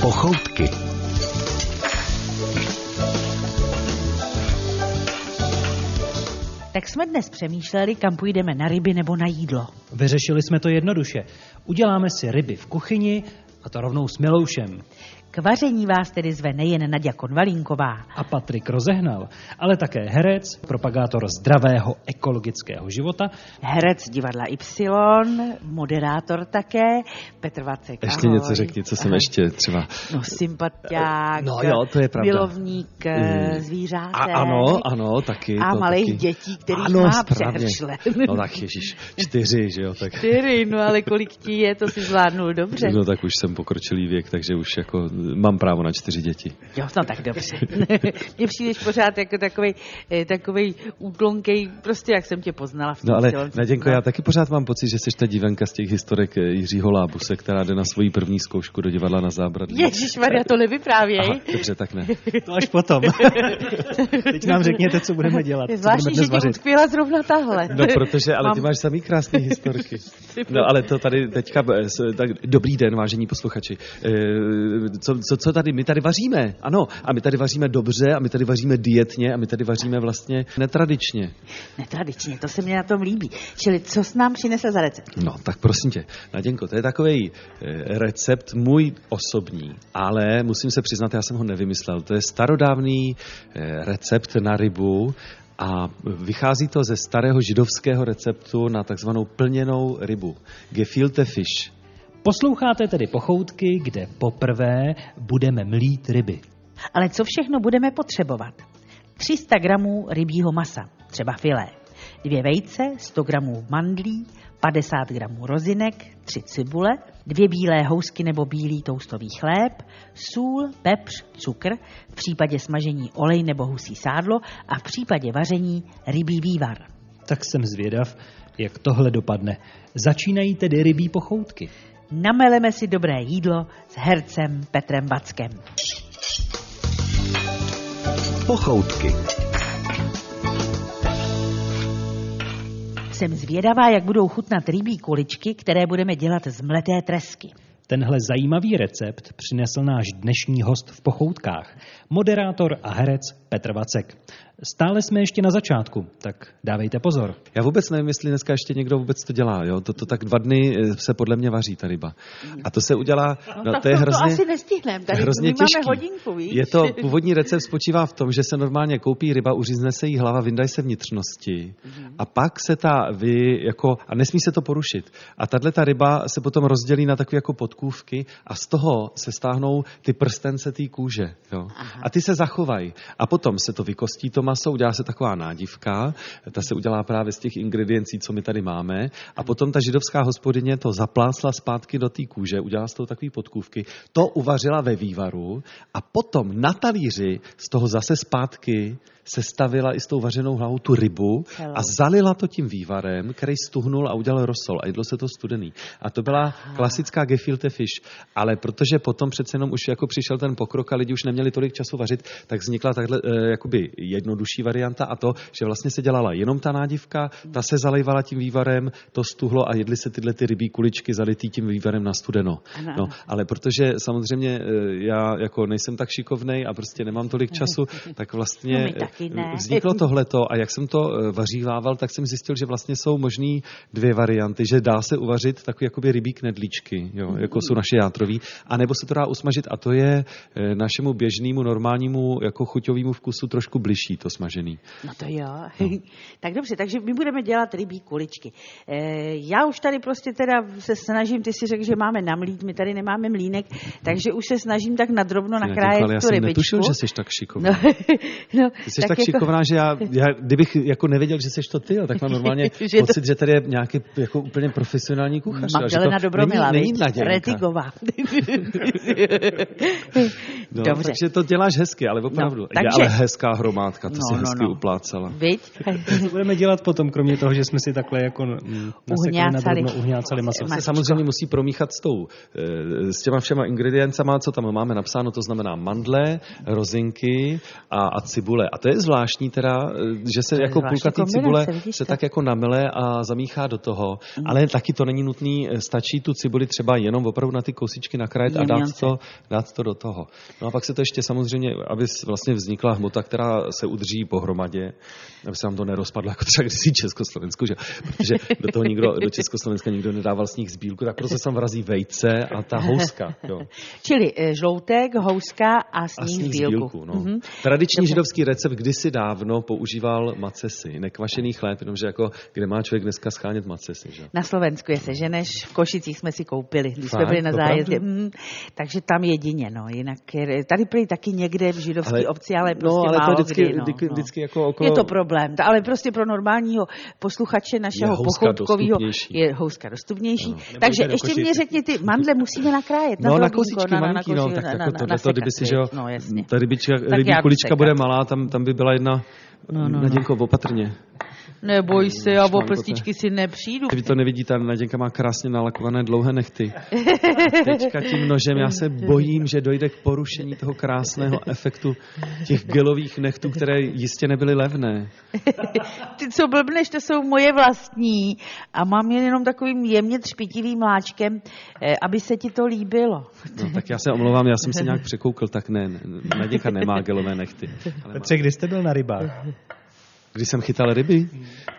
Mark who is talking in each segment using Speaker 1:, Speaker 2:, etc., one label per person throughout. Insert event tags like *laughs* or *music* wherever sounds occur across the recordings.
Speaker 1: Pochoutky.
Speaker 2: Tak jsme dnes přemýšleli, kam půjdeme na ryby nebo na jídlo.
Speaker 3: Vyřešili jsme to jednoduše. Uděláme si ryby v kuchyni a to rovnou s Miloušem.
Speaker 2: K vaření vás tedy zve nejen Nadia Konvalinková.
Speaker 3: A Patrik rozehnal, ale také herec, propagátor zdravého ekologického života.
Speaker 2: Herec divadla Y, moderátor také, Petr Vacek.
Speaker 4: Ještě
Speaker 2: ahoj.
Speaker 4: něco řekni, co jsem ještě třeba...
Speaker 2: No, sympatiák,
Speaker 4: No jo, to je pravda.
Speaker 2: milovník eh,
Speaker 4: Mm.
Speaker 2: zvířátek.
Speaker 4: A, ano, ano, taky.
Speaker 2: A
Speaker 4: to
Speaker 2: malých
Speaker 4: taky.
Speaker 2: dětí, kterých
Speaker 4: Ano,
Speaker 2: má
Speaker 4: správně.
Speaker 2: přehršle.
Speaker 4: No tak ježíš, čtyři, že jo, tak...
Speaker 2: Tyry, no ale kolik ti je, to si zvládnul dobře.
Speaker 4: No tak už jsem pokročilý věk, takže už jako mám právo na čtyři děti.
Speaker 2: Jo, no tak dobře. Mně přijdeš pořád jako takovej, eh, takovej útlonkej, prostě jak jsem tě poznala v tom
Speaker 4: No ale
Speaker 2: celoncích.
Speaker 4: Naděnko, já taky pořád mám pocit, že jsi ta dívenka z těch historek eh, Jiřího Lábuse, která jde na svoji první zkoušku do divadla na
Speaker 2: *laughs*
Speaker 4: zábradlí.
Speaker 2: Ježíš Maria, to nevyprávěj.
Speaker 4: Aha, dobře, tak ne.
Speaker 3: To až potom. Teď nám řekněte, co
Speaker 2: *laughs*
Speaker 3: budeme dělat.
Speaker 2: Je
Speaker 3: Co budeme
Speaker 2: zvláštní, že
Speaker 3: dnes
Speaker 2: tě
Speaker 3: vařit.
Speaker 2: utkvěla zrovna tahle.
Speaker 4: No protože, ale ty
Speaker 2: Mám-
Speaker 4: máš samý krásné historky. No ale to tady teďka, eh, s- tak dobrý den, vážení posluchači. Eh, Co, co, co tady, my tady vaříme, ano. A my tady vaříme dobře, a my tady vaříme dietně, a my tady vaříme vlastně netradičně.
Speaker 2: Netradičně, to se mě na tom líbí. Čili co s nám přinesl za recept?
Speaker 4: No, tak prosím tě, Naděnko, to je takový recept můj osobní, ale musím se přiznat, já jsem ho nevymyslel. To je starodávný eh, recept na rybu a vychází to ze starého židovského receptu na takzvanou plněnou rybu. Gefilte fish.
Speaker 3: Posloucháte tedy pochoutky, kde poprvé budeme mlít ryby.
Speaker 2: Ale co všechno budeme potřebovat? 300 gramů rybího masa, třeba filé, dvě vejce, 100 gramů mandlí, 50 gramů rozinek, tři cibule, dvě bílé housky nebo bílý toustový chléb, sůl, pepř, cukr, v případě smažení olej nebo husí sádlo a v případě vaření rybí vývar.
Speaker 3: Tak jsem zvědav, jak tohle dopadne. Začínají tedy rybí pochoutky.
Speaker 2: Nameleme si dobré jídlo s hercem Petrem Vackem.
Speaker 1: Pochoutky.
Speaker 2: Jsem zvědavá, jak budou chutnat rybí kuličky, které budeme dělat z mleté tresky.
Speaker 3: Tenhle zajímavý recept přinesl náš dnešní host v pochoutkách, moderátor a herec Petr Vacek. Stále jsme ještě na začátku, tak dávejte pozor.
Speaker 4: Já vůbec nevím, jestli dneska ještě někdo vůbec to dělá. Jo? To, to tak dva dny eh, se podle mě vaří ta ryba. A to se udělá... No, to je hrozně...
Speaker 2: nestihneme,
Speaker 4: hrozně těžký. Je to, původní recept spočívá v tom, že se normálně koupí ryba, uřízne se jí hlava, vyndají se vnitřnosti a pak se ta vy, jako, a nesmí se to porušit. A tahle ta ryba se potom rozdělí na takové jako podkůvky a z toho se stáhnou ty prstence té kůže. Jo. A ty se zachovají. A potom se to vykostí to maso, udělá se taková nádivka, ta se udělá právě z těch ingrediencí, co my tady máme. A potom ta židovská hospodyně to zaplásla zpátky do té kůže, udělala z toho takové podkůvky, to uvařila ve vývaru a potom na talíři z toho zase zpátky sestavila i s tou vařenou hlavou tu rybu
Speaker 2: Celou.
Speaker 4: a zalila to tím vývarem, který stuhnul a udělal rosol a jídlo se to studený. A to byla klasická gefilte fish, ale protože potom přece jenom už jako přišel ten pokrok a lidi už neměli tolik času vařit, tak vznikla takhle eh, jakoby jednodušší varianta a to, že vlastně se dělala jenom ta nádivka, ta se zalejvala tím vývarem, to stuhlo a jedly se tyhle ty rybí kuličky zalitý tím vývarem na studeno.
Speaker 2: Ano,
Speaker 4: No,
Speaker 2: ano.
Speaker 4: ale protože samozřejmě eh, já jako nejsem tak šikovnej a prostě nemám tolik času, tak vlastně
Speaker 2: No my taky ne.
Speaker 4: eh, vzniklo tohleto a jak jsem to eh, vařívával, tak jsem zjistil, že vlastně jsou možný dvě varianty, že dá se uvařit takový jakoby rybí knedlíčky,
Speaker 2: Mhm.
Speaker 4: jo, jako jsou naše játrový, anebo se to dá usmažit a to je eh, našemu běžnému normálnímu jako chuťovému vkusu trošku bližší to smažený.
Speaker 2: No to jo. tak dobře, takže my budeme dělat rybí kuličky. E, já už tady prostě teda se snažím, ty si řekl, že máme namlít, my tady nemáme mlínek, takže už se snažím tak nadrobno
Speaker 4: Jinak,
Speaker 2: nakrájet
Speaker 4: ale já
Speaker 2: tu
Speaker 4: jsem
Speaker 2: rybičku.
Speaker 4: netušil, že jsi tak šikovný.
Speaker 2: No, *laughs* no,
Speaker 4: Ty jsi tak, tak šikovná, že já, já, kdybych jako nevěděl, že jsi to ty, jo, tak mám normálně
Speaker 2: *laughs* Že to-
Speaker 4: pocit, že tady je nějaký jako úplně profesionální kuchař. jo, že to *laughs*
Speaker 2: Magdalena Dobromilová,
Speaker 4: není, není Naděnka.
Speaker 2: Retigová.
Speaker 4: No,
Speaker 2: Dobře.
Speaker 4: Takže to děláš hezky, ale opravdu.
Speaker 2: No,
Speaker 4: No,
Speaker 2: takže-
Speaker 4: Je ale hezká hromádka, to
Speaker 2: No,
Speaker 4: no, si
Speaker 2: no,
Speaker 4: hezky
Speaker 2: no.
Speaker 4: no. uplácela.
Speaker 2: Viď? *laughs*
Speaker 3: Co budeme dělat potom, kromě toho, že jsme si takhle jako mm, nasekli na
Speaker 2: Uhňácali.
Speaker 3: drobno, uhňácali maso?
Speaker 2: Ma-
Speaker 4: Se samozřejmě musí promíchat s, tou, eh, s těma všema ingrediencama, co tam máme napsáno, to znamená mandle, rozinky a, a cibule. A to je zvláštní teda, eh, že se
Speaker 2: je
Speaker 4: jako
Speaker 2: zvláštní
Speaker 4: půlka té
Speaker 2: kombinace,
Speaker 4: cibule
Speaker 2: vidíš
Speaker 4: se
Speaker 2: to?
Speaker 4: tak jako namele a zamíchá do toho,
Speaker 2: Hmm.
Speaker 4: ale taky to není nutný, eh, stačí tu cibuli třeba jenom opravdu na ty kousičky nakrájet a dát
Speaker 2: Jemňance.
Speaker 4: to, dát to do toho. No a pak se to ještě samozřejmě, aby s- vlastně vznikla hmota, která se udrží pohromadě, aby se nám to nerozpadlo, jako třeba kdysi Československu, že? protože do toho nikdo, do Československa nikdo nedával sníh z bílku, tak proto se tam vrazí vejce a ta houska. Jo.
Speaker 2: Čili eh, žloutek, houska a
Speaker 4: A
Speaker 2: sníh,
Speaker 4: sníh z
Speaker 2: bílku.
Speaker 4: bílku. No.
Speaker 2: Mhm.
Speaker 4: Tradiční
Speaker 2: Dobře.
Speaker 4: židovský recept kdysi dávno používal macesy, nekvašený chléb, jenomže jako kde má člověk dneska schánět macesy. Že?
Speaker 2: Na Slovensku je seženeš, v Košicích jsme si koupili, když jsme
Speaker 4: Fakt?
Speaker 2: byli na
Speaker 4: Opravdu?
Speaker 2: zájezdě. Mm, takže tam jedině, no. Jinak je- tady prý taky někde v židovské
Speaker 4: Ale-
Speaker 2: obci, ale
Speaker 4: no,
Speaker 2: prostě
Speaker 4: ale to
Speaker 2: málo
Speaker 4: vždycky-
Speaker 2: kdy, no,
Speaker 4: vždycky-
Speaker 2: no.
Speaker 4: vždycky jako okolo-
Speaker 2: Je to problém, ta- ale prostě pro normálního posluchače našeho
Speaker 4: houska
Speaker 2: pochoutkového
Speaker 4: dostupnější.
Speaker 2: je houska dostupnější.
Speaker 3: Nebojte
Speaker 2: Takže
Speaker 3: do
Speaker 2: ještě
Speaker 3: Košic.
Speaker 2: mě řekni, ty mandle musíme nakrájet.
Speaker 4: No, na
Speaker 2: drobínko,
Speaker 4: kousičky malinký, no,
Speaker 2: koši-
Speaker 4: tak
Speaker 2: na-
Speaker 4: jako
Speaker 2: na-
Speaker 4: to,
Speaker 2: na
Speaker 4: to, kdyby si,
Speaker 2: sekat,
Speaker 4: že jo,
Speaker 2: viď? No, jasně.
Speaker 4: ta rybička,
Speaker 2: já
Speaker 4: rybí
Speaker 2: jdu
Speaker 4: kulička
Speaker 2: sekat.
Speaker 4: bude malá, tam, tam by byla jedna, no, no, Naděnko, opatrně.
Speaker 2: Neboj se, já o
Speaker 4: šmankote.
Speaker 2: prstičky si nepřijdu.
Speaker 4: Vy to nevidíte, ale Naděnka má krásně nalakované dlouhé nechty. Teďka tím nožem, já se bojím, že dojde k porušení toho krásného efektu těch gelových nechtů, které jistě nebyly levné.
Speaker 2: Ty, co blbneš, to jsou moje vlastní a mám je jenom takovým jemně třpitivým mláčkem, eh, aby se ti to líbilo.
Speaker 4: No, tak já se omlouvám, já jsem se nějak překoukl, tak ne, ne, Naděnka nemá gelové nechty. Ale má.
Speaker 3: Petře, kdy jste byl na rybách?
Speaker 4: Když jsem chytal ryby?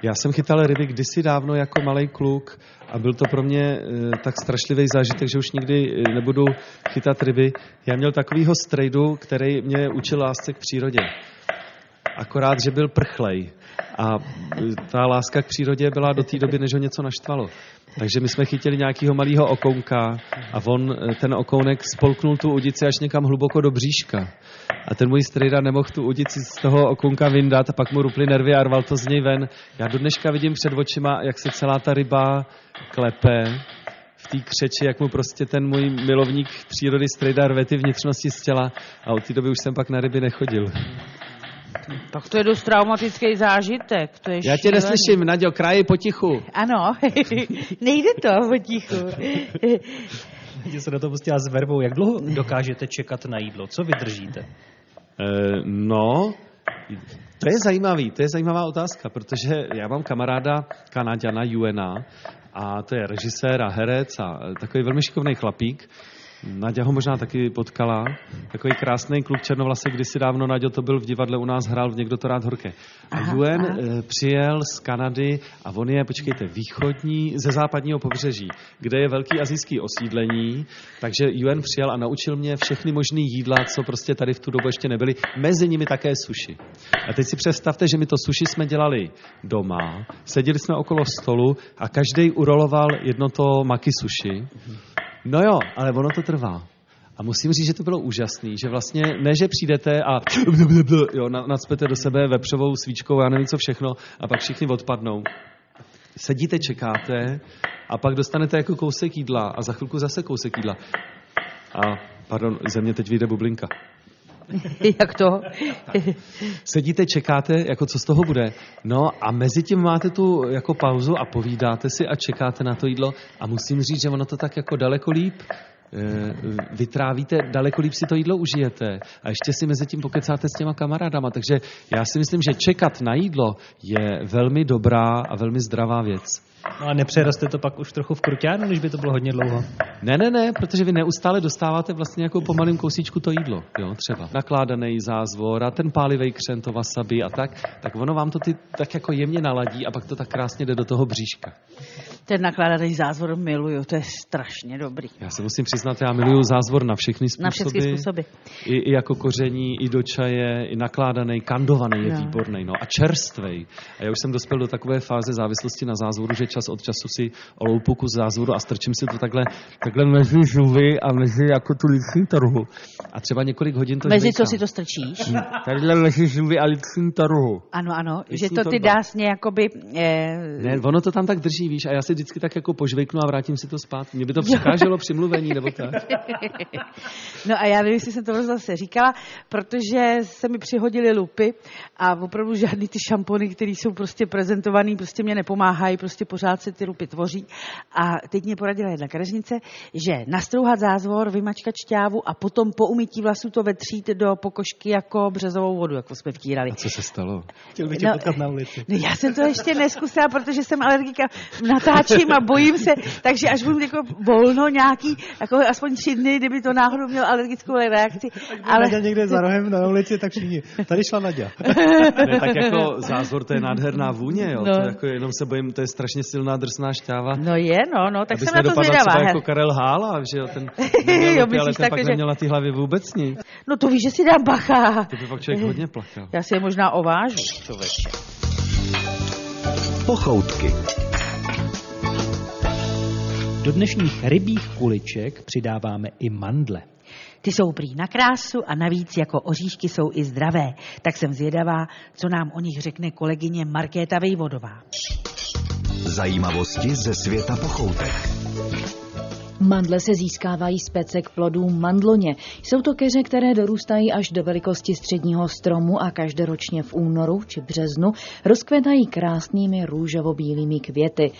Speaker 4: Já jsem chytal ryby kdysi dávno jako malý kluk a byl to pro mě eh, tak strašlivý zážitek, že už nikdy eh, nebudu chytat ryby. Já měl takovýho strejdu, který mě učil lásce k přírodě. Akorát, že byl prchlej. A eh, ta láska k přírodě byla do té doby, než ho něco naštvalo. Takže my jsme chytili nějakého malého okounka a on, eh, ten okounek, spolknul tu udici až někam hluboko do bříška. A ten můj strejda nemohl tu udici z toho okounka vyndat a pak mu ruply nervy a rval to z něj ven. Já do dneška vidím před očima, jak se celá ta ryba klepe v té křeči, jak mu prostě ten můj milovník přírody strejda rve ty vnitřnosti z těla a od té doby už jsem pak na ryby nechodil.
Speaker 2: *laughs* Tak to je dost traumatický zážitek. To je
Speaker 4: Já tě
Speaker 2: šílený.
Speaker 4: neslyším, Naděl, kraji potichu.
Speaker 2: Ano, *laughs* nejde to potichu.
Speaker 3: Tě se do toho pustila s verbou. Jak dlouho dokážete čekat na jídlo? Co vydržíte?
Speaker 4: Eh, No, to je zajímavý, to je zajímavá otázka, protože já mám kamaráda Kanaďana Juena a to je režisér a herec a eh, takový velmi šikovný chlapík. Naďa ho možná taky potkala. Takový krásný kluk černovlasy, kdysi dávno Naďo to byl v divadle u nás, hrál v Někdo to rád horké.
Speaker 2: Aha,
Speaker 4: A Juen
Speaker 2: aha.
Speaker 4: eh, přijel z Kanady a on je, počkejte, východní, ze západního pobřeží, kde je velký azijský osídlení, takže Juen přijel a naučil mě všechny možný jídla, co prostě tady v tu dobu ještě nebyly, mezi nimi také suši. A teď si představte, že my to suši jsme dělali doma, seděli jsme okolo stolu a každý uroloval jedno to maki suši. No jo, ale ono to trvá. A musím říct, že to bylo úžasný, že vlastně ne, že přijdete a jo, na- nacpete do sebe vepřovou svíčkou, já nevím co všechno, a pak všichni odpadnou. Sedíte, čekáte a pak dostanete jako kousek jídla a za chvilku zase kousek jídla. A pardon, ze mě teď vyjde bublinka.
Speaker 2: *laughs* Jak to?
Speaker 4: Sedíte, čekáte, jako co z toho bude. No a mezi tím máte tu jako pauzu a povídáte si a čekáte na to jídlo a musím říct, že ono to tak jako daleko líp eh, vytrávíte, daleko líp si to jídlo užijete a ještě si mezi tím pokecáte s těma kamarádama, takže já si myslím, že čekat na jídlo je velmi dobrá a velmi zdravá věc.
Speaker 3: No a nepřeroste to pak už trochu v kruťánu, když by to bylo hodně dlouho?
Speaker 4: Ne, ne, ne, protože vy neustále dostáváte vlastně jako po malém kousíčku to jídlo, jo, třeba. Nakládaný zázvor a ten pálivej křen, to wasabi a tak, tak ono vám to ty tak jako jemně naladí a pak to tak krásně jde do toho bříška.
Speaker 2: Ten nakládaný zázvor miluju, to je strašně dobrý.
Speaker 4: Já se musím přiznat, já miluju zázvor na všechny způsoby.
Speaker 2: Na všechny způsoby.
Speaker 4: I, i jako koření, i do čaje, i nakládaný, kandovaný je
Speaker 2: No.
Speaker 4: no. výborný, no a čerstvej. A já už jsem dospěl do takové fáze závislosti na zázvoru, že čas od času si oloupu kus zázvoru a strčím si to takhle, takhle mezi žuvy a mezi jako tu lichý trhu. A třeba několik hodin to
Speaker 2: Mezi co
Speaker 4: žvejkám.
Speaker 2: si to strčíš?
Speaker 4: Takhle mezi žuvy a lichým trhu.
Speaker 2: Ano, ano,
Speaker 4: Když
Speaker 2: že
Speaker 4: jsou
Speaker 2: to
Speaker 4: to
Speaker 2: ty
Speaker 4: dva.
Speaker 2: dás jakoby... Eh,
Speaker 4: Ne, ono to tam tak drží, víš, a já si vždycky tak jako požvejknu a vrátím si to zpátky. Mě by to překáželo při mluvení, nebo
Speaker 2: *laughs* No a já nevím, jestli jsem to zase říkala, protože se mi přihodily lupy a opravdu žádný ty šampony, které jsou prostě prezentované, prostě mě nepomáhají, prostě pořád se ty lupy tvoří. A teď mě poradila jedna kadeřnice, že nastrouhat zázvor, vymačkat šťávu a potom po umytí vlasů to vetřít do pokožky jako březovou vodu, jako jsme vtírali.
Speaker 4: A co se stalo?
Speaker 3: Chtěl bych tě no, potkat na ulici.
Speaker 2: No, já jsem to ještě neskusila, protože jsem alergika, natáčím a bojím se, takže až budu jako volno nějaký, jako aspoň tři dny, kdyby to náhodou měl alergickou reakci.
Speaker 3: Ale... Nadia někde za rohem na ulici, tak všichni, tady šla Nadia.
Speaker 4: ne, tak jako zázvor, to je nádherná vůně, jo. No. To jako jenom se bojím, to je strašně silná drsná šťáva.
Speaker 2: No je, no, no, tak Aby jsem na to zvědavá.
Speaker 4: jako Karel Hála, že jo,
Speaker 2: *laughs*
Speaker 4: ten, neměl jo, lupy, ale ten tak, pak že... neměl na té hlavě vůbec nic.
Speaker 2: No to víš, že si dám bacha.
Speaker 4: To by pak
Speaker 2: Mhm.
Speaker 4: člověk hodně plakal.
Speaker 2: Já si je možná ovážu, člověče.
Speaker 1: Pochoutky.
Speaker 3: Do dnešních rybích kuliček přidáváme i mandle.
Speaker 2: Ty jsou prý na krásu a navíc jako oříšky jsou i zdravé. Tak jsem zvědavá, co nám o nich řekne kolegyně Markéta Vejvodová.
Speaker 1: Zajímavosti ze světa pochoutek.
Speaker 5: Mandle se získávají z pecek plodů mandloně. Jsou to keře, které dorůstají až do velikosti středního stromu a každoročně v únoru či březnu rozkvětají krásnými růžovo-bílými květy.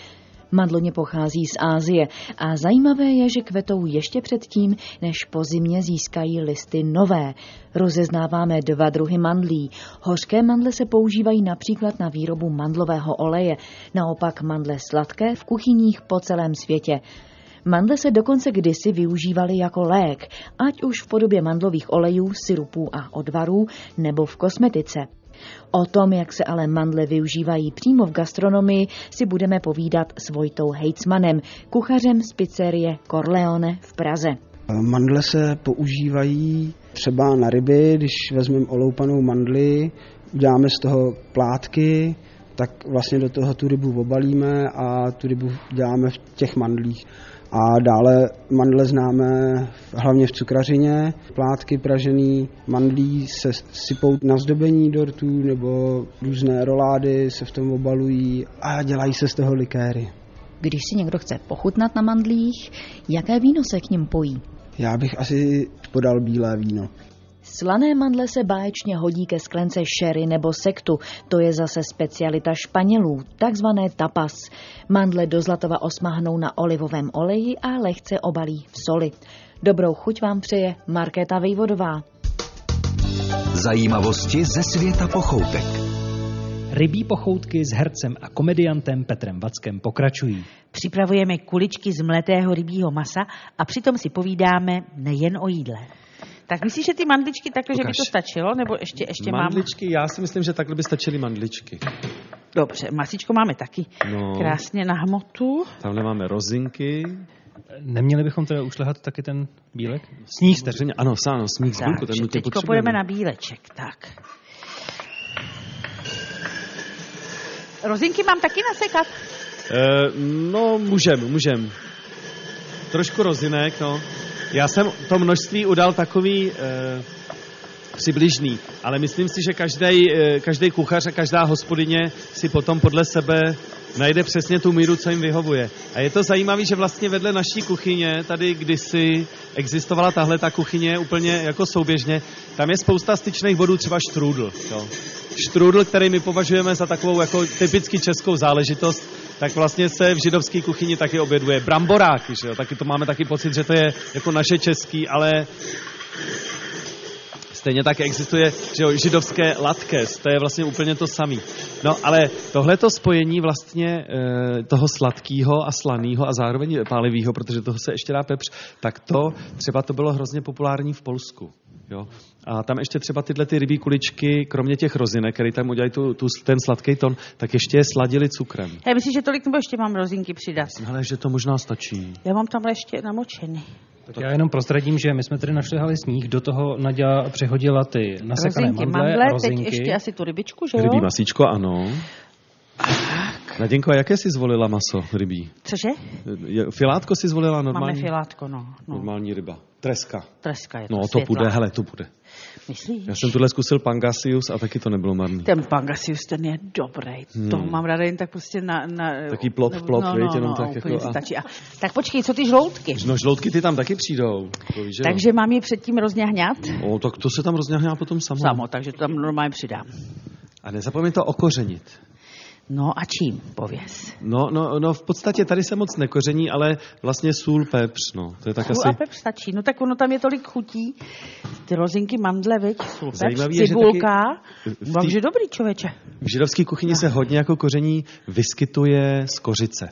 Speaker 5: Mandloně pochází z Ázie a zajímavé je, že kvetou ještě předtím, než po zimě získají listy nové. Rozeznáváme dva druhy mandlí. Hořké mandle se používají například na výrobu mandlového oleje, naopak mandle sladké v kuchyních po celém světě. Mandle se dokonce kdysi využívaly jako lék, ať už v podobě mandlových olejů, syrupů a odvarů, nebo v kosmetice. O tom, jak se ale mandle využívají přímo v gastronomii, si budeme povídat s Vojtou Hejcmanem, kuchařem z pizzerie Corleone v Praze.
Speaker 6: Eh, Mandle se používají třeba na ryby, když vezmeme oloupanou mandli, uděláme z toho plátky, tak vlastně do toho tu rybu obalíme a tu rybu děláme v těch mandlích. A dále mandle známe hlavně v cukrařině. Plátky pražený mandlí se sypou na zdobení dortů nebo různé rolády se v tom obalují a dělají se z toho likéry.
Speaker 5: Když si někdo chce pochutnat na mandlích, jaké víno se k ním pojí?
Speaker 6: Já bych asi podal bílé víno.
Speaker 5: Slané mandle se báječně hodí ke sklence sherry nebo sektu, to je zase specialita Španělů, takzvané tapas. Mandle do zlatova osmahnou na olivovém oleji a lehce obalí v soli. Dobrou chuť vám přeje Markéta Vejvodová.
Speaker 1: Zajímavosti ze světa pochoutek.
Speaker 3: Rybí pochoutky s hercem a komediantem Petrem Vackem pokračují.
Speaker 2: Připravujeme kuličky z mletého rybího masa a přitom si povídáme nejen o jídle. Tak myslíš, že ty mandličky takhle, Ukaž. že by to stačilo? Nebo ještě, ještě
Speaker 4: mandličky, mám... já si myslím, že takhle by stačily mandličky.
Speaker 2: Dobře, masičko máme taky. No. Krásně na hmotu.
Speaker 4: Tamhle máme rozinky.
Speaker 3: Neměli bychom teda ušlehat taky ten bílek? Sníh jste.
Speaker 4: Ano, sáno, sníh z bílku, ten nutně
Speaker 2: potřebujeme. půjdeme na bíleček, tak. Rozinky mám taky nasekat?
Speaker 4: E, no, můžem, můžem. Trošku rozinek, no. Já jsem to množství udal takový eh, přibližný, ale myslím si, že každý eh, každý kuchař a každá hospodyně si potom podle sebe najde přesně tu míru, co jim vyhovuje. A je to zajímavé, že vlastně vedle naší kuchyně, tady kdysi existovala tahle ta kuchyně úplně jako souběžně, tam je spousta styčných bodů, třeba štrůdl. Jo. Štrůdl, který my považujeme za takovou jako typicky českou záležitost, tak vlastně se v židovské kuchyni taky oběduje bramboráky, že jo? Taky to máme taky pocit, že to je jako naše český, ale Stejně tak existuje že jo, židovské latkes, to je vlastně úplně to samé. No ale tohleto spojení vlastně e, toho sladkého a slaného a zároveň pálivého, protože toho se ještě dá pepř, tak to třeba to bylo hrozně populární v Polsku. Jo? A tam ještě třeba tyhle ty rybí kuličky, kromě těch rozinek, které tam udělají tu, tu, ten sladký ton, tak ještě je sladili cukrem.
Speaker 2: Já myslím, že tolik nebo ještě mám rozinky přidat.
Speaker 4: Myslím, ale že to možná stačí.
Speaker 2: Já mám tamhle ještě namočený.
Speaker 3: Tak já jenom prozradím, že my jsme tady našli hali sníh, do toho Nadia přehodila ty nasekané rozinky,
Speaker 2: mandle, mandle rozinky. teď ještě asi tu rybičku, že jo?
Speaker 4: Rybí masíčko, ano.
Speaker 2: Tak.
Speaker 4: Nadinko, a jaké jsi zvolila maso rybí?
Speaker 2: Cože?
Speaker 4: Je- Filátko jsi zvolila normální?
Speaker 2: Máme filátko, no. no.
Speaker 4: Normální ryba. Treska.
Speaker 2: Treska je
Speaker 4: No to
Speaker 2: světlá.
Speaker 4: půjde, hele, to půjde.
Speaker 2: Myslíš?
Speaker 4: Já jsem tuhle zkusil pangasius a taky to nebylo marný.
Speaker 2: Ten Pangasius, ten je dobrý. Hmm. To mám ráda jen tak prostě na... na
Speaker 4: Taký plop,
Speaker 2: nebo-
Speaker 4: plop,
Speaker 2: no,
Speaker 4: viď,
Speaker 2: no,
Speaker 4: jenom
Speaker 2: no,
Speaker 4: tak
Speaker 2: úplně
Speaker 4: jako
Speaker 2: to
Speaker 4: a-
Speaker 2: stačí. A, tak počkej, co ty žloutky?
Speaker 4: No žloutky ty tam taky přijdou. To víš, že jo?
Speaker 2: Takže mám je předtím rozňahňat?
Speaker 4: O, tak to se tam rozňahňá potom samo.
Speaker 2: Samo, takže to tam normálně přidám.
Speaker 4: A nezapomeň to okořenit.
Speaker 2: No a čím, pověz.
Speaker 4: No, no, no, v podstatě tady se moc nekoření, ale vlastně sůl, pepř, no. To je tak
Speaker 2: Sůl a
Speaker 4: asi...
Speaker 2: pepř stačí. No tak ono tam je tolik chutí. Ty rozinky, mandle, viď, sůl,
Speaker 4: Zajímavý
Speaker 2: pepř,
Speaker 4: je, že
Speaker 2: cibulka.
Speaker 4: taky v
Speaker 2: No,
Speaker 4: té-
Speaker 2: Takže dobrý člověče.
Speaker 4: V židovské kuchyni se hodně jako koření vyskytuje z kořice.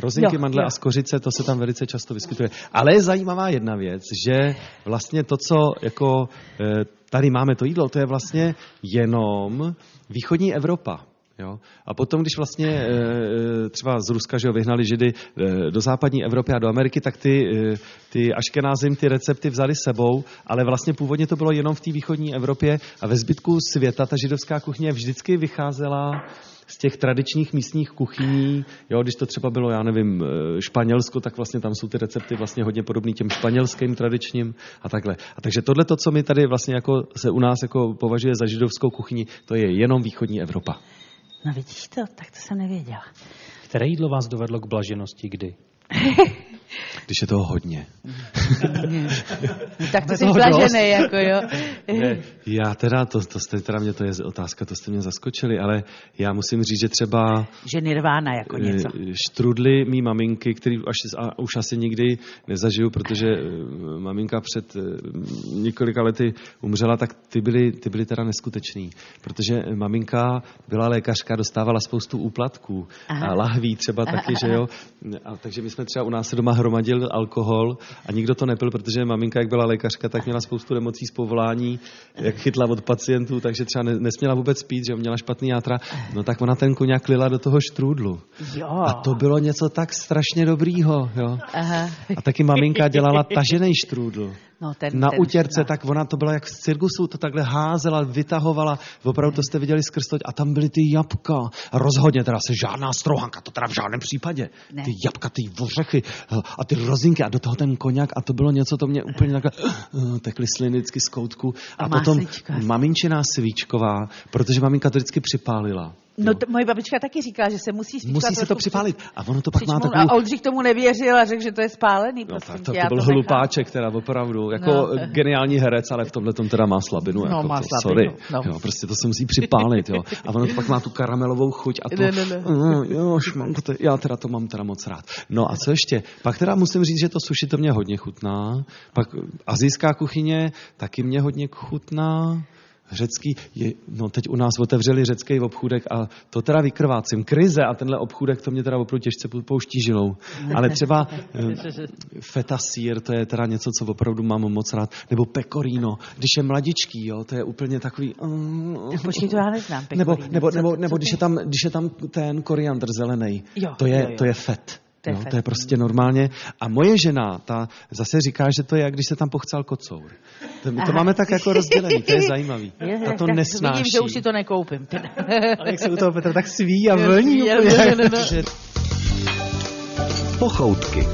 Speaker 4: Rozinky,
Speaker 2: Jo,
Speaker 4: mandle
Speaker 2: jo.
Speaker 4: a skořice, to se tam velice často vyskytuje. Ale je zajímavá jedna věc, že vlastně to, co jako eh, tady máme to jídlo, to je vlastně jenom východní Evropa. Jo? A potom, když vlastně eh, eh, třeba z Ruska že jo, vyhnali Židy eh, do západní Evropy a do Ameriky, tak ty, eh, ty aškenázim ty recepty vzali s sebou, ale vlastně původně to bylo jenom v té východní Evropě a ve zbytku světa ta židovská kuchyně vždycky vycházela z těch tradičních místních kuchyní, jo, když to třeba bylo, já nevím, eh, Španělsko, tak vlastně tam jsou ty recepty vlastně hodně podobné těm španělským tradičním a takhle. A takže tohle to, co my tady vlastně jako se u nás jako považuje za židovskou kuchyni, to je jenom východní Evropa.
Speaker 2: No vidíš to, tak to jsem nevěděla.
Speaker 3: Které jídlo vás dovedlo k blaženosti kdy?
Speaker 4: Když je toho hodně.
Speaker 2: No, tak to jsi
Speaker 3: toho
Speaker 2: blažený, jako jo. *laughs*
Speaker 4: Ne, já teda, to, to jste, teda mě to je otázka, to jste mě zaskočili, ale já musím říct, že třeba
Speaker 2: Že nirvána jako něco.
Speaker 4: Eh, Štrudly mý maminky, který až, a už asi nikdy nezažiju, protože eh, maminka před eh, několika lety umřela, tak ty byly, ty byly teda neskutečný. Protože maminka byla lékařka, dostávala spoustu úplatků
Speaker 2: Aha.
Speaker 4: a lahví třeba taky, že jo. A, takže my jsme třeba u nás se doma hromadil alkohol a nikdo to nepil, protože maminka, jak byla lékařka, tak měla spoustu nemocí z povolání, jak chytla od pacientů, takže třeba ne, nesměla vůbec pít, že jo, měla špatný játra. No tak ona ten koněk lila do toho štrůdlu.
Speaker 2: Jo.
Speaker 4: A to bylo něco tak strašně dobrýho, jo.
Speaker 2: Aha.
Speaker 4: A taky maminka dělala tažený štrůdl.
Speaker 2: No, ten-
Speaker 4: na
Speaker 2: ten-
Speaker 4: utěrce,
Speaker 2: no.
Speaker 4: tak ona to byla jak z cirkusu, to takhle házela, vytahovala, opravdu to jste viděli skrz to, a tam byly ty jabka. A rozhodně teda se žádná strouhanka, to teda v žádném případě.
Speaker 2: Ne.
Speaker 4: Ty jabka, ty ořechy a ty rozinky a do toho ten koněk a to bylo něco, to mě úplně takhle eh, tekly sliny vždycky z koutku. A,
Speaker 2: A
Speaker 4: potom
Speaker 2: máslička.
Speaker 4: maminčiná svíčková, protože maminka to vždycky připálila.
Speaker 2: No, t- moje babička taky říkala, že se musí svíčka
Speaker 4: Musí se to
Speaker 2: trošku
Speaker 4: připálit. A ono to pak má
Speaker 2: přičmout.
Speaker 4: takovou...
Speaker 2: A Oldřich tomu nevěřil a řekl, že to je spálený.
Speaker 4: No,
Speaker 2: prosím
Speaker 4: tak to,
Speaker 2: tě,
Speaker 4: to
Speaker 2: já
Speaker 4: byl
Speaker 2: nechám.
Speaker 4: hlupáček teda opravdu, jako
Speaker 2: No.
Speaker 4: geniální herec, ale v tomhle tom teda má slabinu.
Speaker 2: No,
Speaker 4: jako
Speaker 2: má
Speaker 4: to,
Speaker 2: slabinu,
Speaker 4: Sorry.
Speaker 2: no.
Speaker 4: Jo, prostě to se musí připálit, jo. A ono to pak má tu karamelovou chuť
Speaker 2: *laughs*
Speaker 4: a to,
Speaker 2: Ne, ne, ne.
Speaker 4: Mm, jo, šmanko, to, já teda to mám teda moc rád. No a co ještě? Pak teda musím říct, že to sushi to mě hodně chutná. Pak azijská kuchyně taky mě hodně chutná. Řecký, je, no teď u nás otevřeli řecký obchůdek a to teda vykrvácím. Krize a tenhle obchůdek to mě teda opravdu těžce pouští žilou. Ale třeba eh, feta sír, to je teda něco, co opravdu mám moc rád. Nebo pecorino, když je mladičký, jo, to je úplně takový... mm, mm,
Speaker 2: Počkej, Jako to já neznám.
Speaker 4: nebo,
Speaker 2: pecorino.
Speaker 4: nebo,
Speaker 2: Co-
Speaker 4: nebo,
Speaker 2: co
Speaker 4: nebo
Speaker 2: to
Speaker 4: když,
Speaker 2: je?
Speaker 4: je tam, když je tam ten koriandr zelený,
Speaker 2: Jo,
Speaker 4: to, je,
Speaker 2: jo, jo.
Speaker 4: to je fet.
Speaker 2: To je
Speaker 4: jo,
Speaker 2: fet.
Speaker 4: to je prostě normálně. A moje žena, ta zase říká, že to je, jak když se tam pochcel kocour. To, my to
Speaker 2: Aha.
Speaker 4: máme tak jako
Speaker 2: *laughs*
Speaker 4: rozdělený, to je zajímavý. Ta to
Speaker 2: tak
Speaker 4: nesnáší.
Speaker 2: Vidím, že už si to nekoupím. teda.
Speaker 4: Ale jak se u toho Petra tak sví *laughs* a
Speaker 2: Jo,
Speaker 4: vlní.
Speaker 2: sví,
Speaker 4: úplně,
Speaker 2: jo, jo, jo, jo.
Speaker 4: *laughs* protože-
Speaker 1: Pochoutky.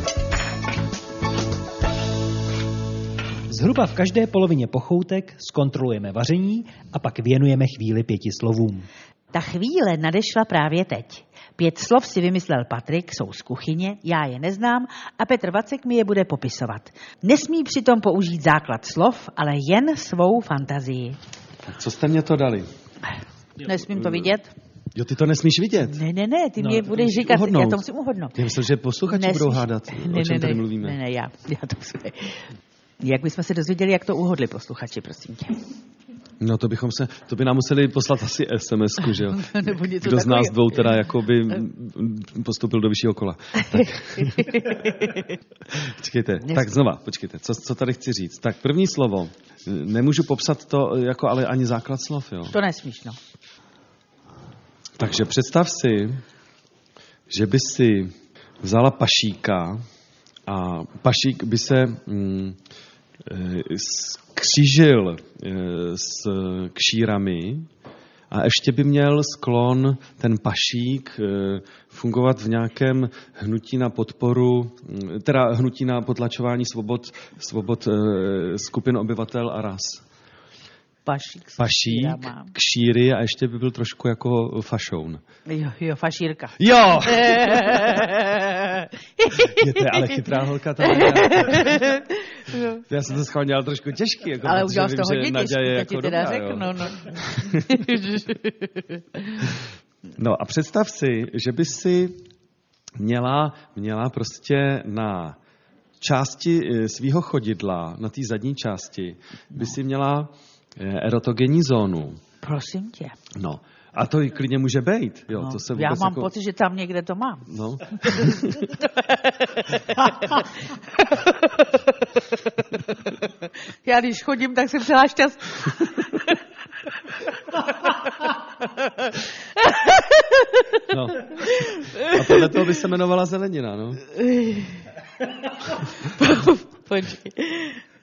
Speaker 3: Zhruba v každé polovině pochoutek zkontrolujeme vaření a pak věnujeme chvíli pěti slovům.
Speaker 2: Ta chvíle nadešla právě teď. Pět slov si vymyslel Patrik, jsou z kuchyně, já je neznám a Petr Vacek mi je bude popisovat. Nesmí přitom použít základ slov, ale jen svou fantazii.
Speaker 4: Co jste mě to dali?
Speaker 2: Nesmím to vidět?
Speaker 4: Jo, ty to nesmíš vidět.
Speaker 2: Ne, ne, ne, ty no,
Speaker 4: No,
Speaker 2: mě
Speaker 4: to
Speaker 2: budeš
Speaker 4: musíš
Speaker 2: říkat,
Speaker 4: uhodnout.
Speaker 2: já to musím uhodnout.
Speaker 4: Já myslím, že posluchači
Speaker 2: Nesmíš-
Speaker 4: budou hádat, o čem
Speaker 2: ne,
Speaker 4: tady mluvíme.
Speaker 2: Ne, ne, já, já to musím. Jak bychom se dozvěděli, jak to uhodli posluchači, prosím tě.
Speaker 4: No to bychom se, to by nám museli poslat asi sms že jo?
Speaker 2: *laughs* Nebo něco
Speaker 4: Kdo z
Speaker 2: takového.
Speaker 4: nás
Speaker 2: Eh.
Speaker 4: dvou teda
Speaker 2: *laughs*
Speaker 4: jako by mm, postoupil do vyššího kola. Tak. počkejte, tak znova, počkejte, co, co tady chci říct. Tak první slovo, nemůžu popsat to jako ale ani základ slov, jo?
Speaker 2: To nesmíš, no.
Speaker 4: Takže představ si, že by si vzala pašíka a pašík by se mm, eh, skřížil eh, s kšírami A ještě by měl sklon ten pašík eh, fungovat v nějakém hnutí na podporu, mm, teda hnutí na potlačování svobod, svobod eh, skupin obyvatel a ras
Speaker 2: pašík.
Speaker 4: Pašík, kšíry a ještě by byl trošku jako fašoun.
Speaker 2: Jo, jo, fašírka.
Speaker 4: Jo! je to ale chytrá holka ta *laughs* Já jsem to schválně dělal trošku těžký. Jako,
Speaker 2: ale udělal jsi to hodně těžký, to jako ti teda řeknu.
Speaker 4: *laughs*
Speaker 2: No.
Speaker 4: no a představ si, že by si měla, měla prostě na části svého chodidla, na té zadní části, by si měla eh, erotogenní zónu.
Speaker 2: Prosím tě.
Speaker 4: No, a to i klidně může být. Jo,
Speaker 2: no,
Speaker 4: to se
Speaker 2: já mám
Speaker 4: jako...
Speaker 2: pocit, že tam někde to mám.
Speaker 4: No.
Speaker 2: já když chodím, tak jsem celá šťastná. *laughs*
Speaker 4: no. A podle toho by se jmenovala zelenina, no.
Speaker 2: Počkej.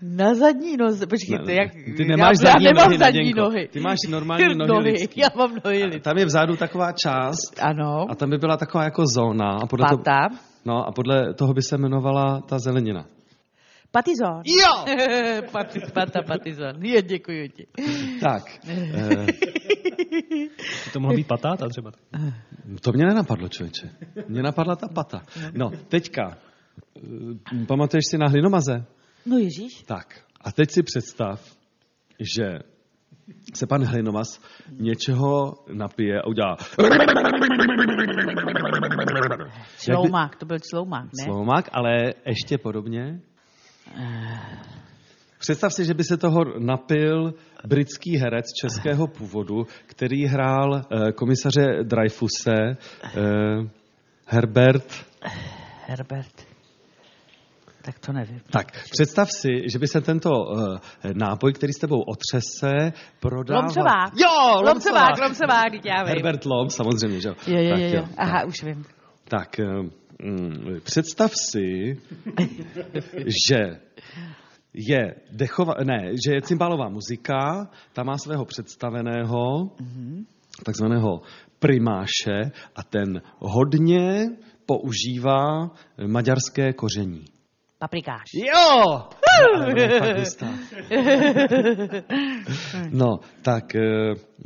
Speaker 2: Na zadní noze, počkej, ne, ne. jak...
Speaker 4: Ty nemáš
Speaker 2: já,
Speaker 4: zadní
Speaker 2: já nemám
Speaker 4: nohy,
Speaker 2: zadní
Speaker 4: Naděnko.
Speaker 2: *laughs* nohy.
Speaker 4: Ty máš normální nohy, nohy. lidský.
Speaker 2: Já mám nohy lidský.
Speaker 4: Tam je vzadu taková část
Speaker 2: Ano.
Speaker 4: a tam by byla taková jako zóna. A podle
Speaker 2: Pata.
Speaker 4: To, no a podle toho by se jmenovala ta zelenina.
Speaker 2: Patizon.
Speaker 4: Jo!
Speaker 2: *laughs* Pati, pata patizon. Je, děkuji ti.
Speaker 4: Tak. eh,
Speaker 3: To mohla být patáta třeba. *laughs*
Speaker 4: to mě nenapadlo, člověče. Mě napadla ta pata. No, teďka. eh, Pamatuješ si na hlinomaze?
Speaker 2: No Ježíš.
Speaker 4: Tak. A teď si představ, že se pan Hlinomas něčeho napije a udělá
Speaker 2: Čloumák, to byl čloumák, ne?
Speaker 4: sloumák, ale ještě podobně. Představ si, že by se toho napil britský herec českého původu, který hrál eh, komisaře Dreyfuse, eh, Herbert
Speaker 2: Herbert. Tak to nevím.
Speaker 4: Tak, představ si, že by se tento uh, nápoj, který s tebou otřese, prodával...
Speaker 2: Lomcová.
Speaker 4: Jo, Lomcová.
Speaker 2: Lomcovák, Lomcovák, teď já vím.
Speaker 4: Herbert Lom, samozřejmě, že jo.
Speaker 2: Jo, jo,
Speaker 4: Tak
Speaker 2: jo, jo.
Speaker 4: Tak,
Speaker 2: Aha, už vím.
Speaker 4: tak eh, mm, představ si, že je dechova, ne, že je cymbálová muzika, ta má svého představeného, takzvaného primáše a ten hodně používá maďarské koření.
Speaker 2: Paprikáš.
Speaker 4: Jo! Ale fakt hustá. No, tak eh,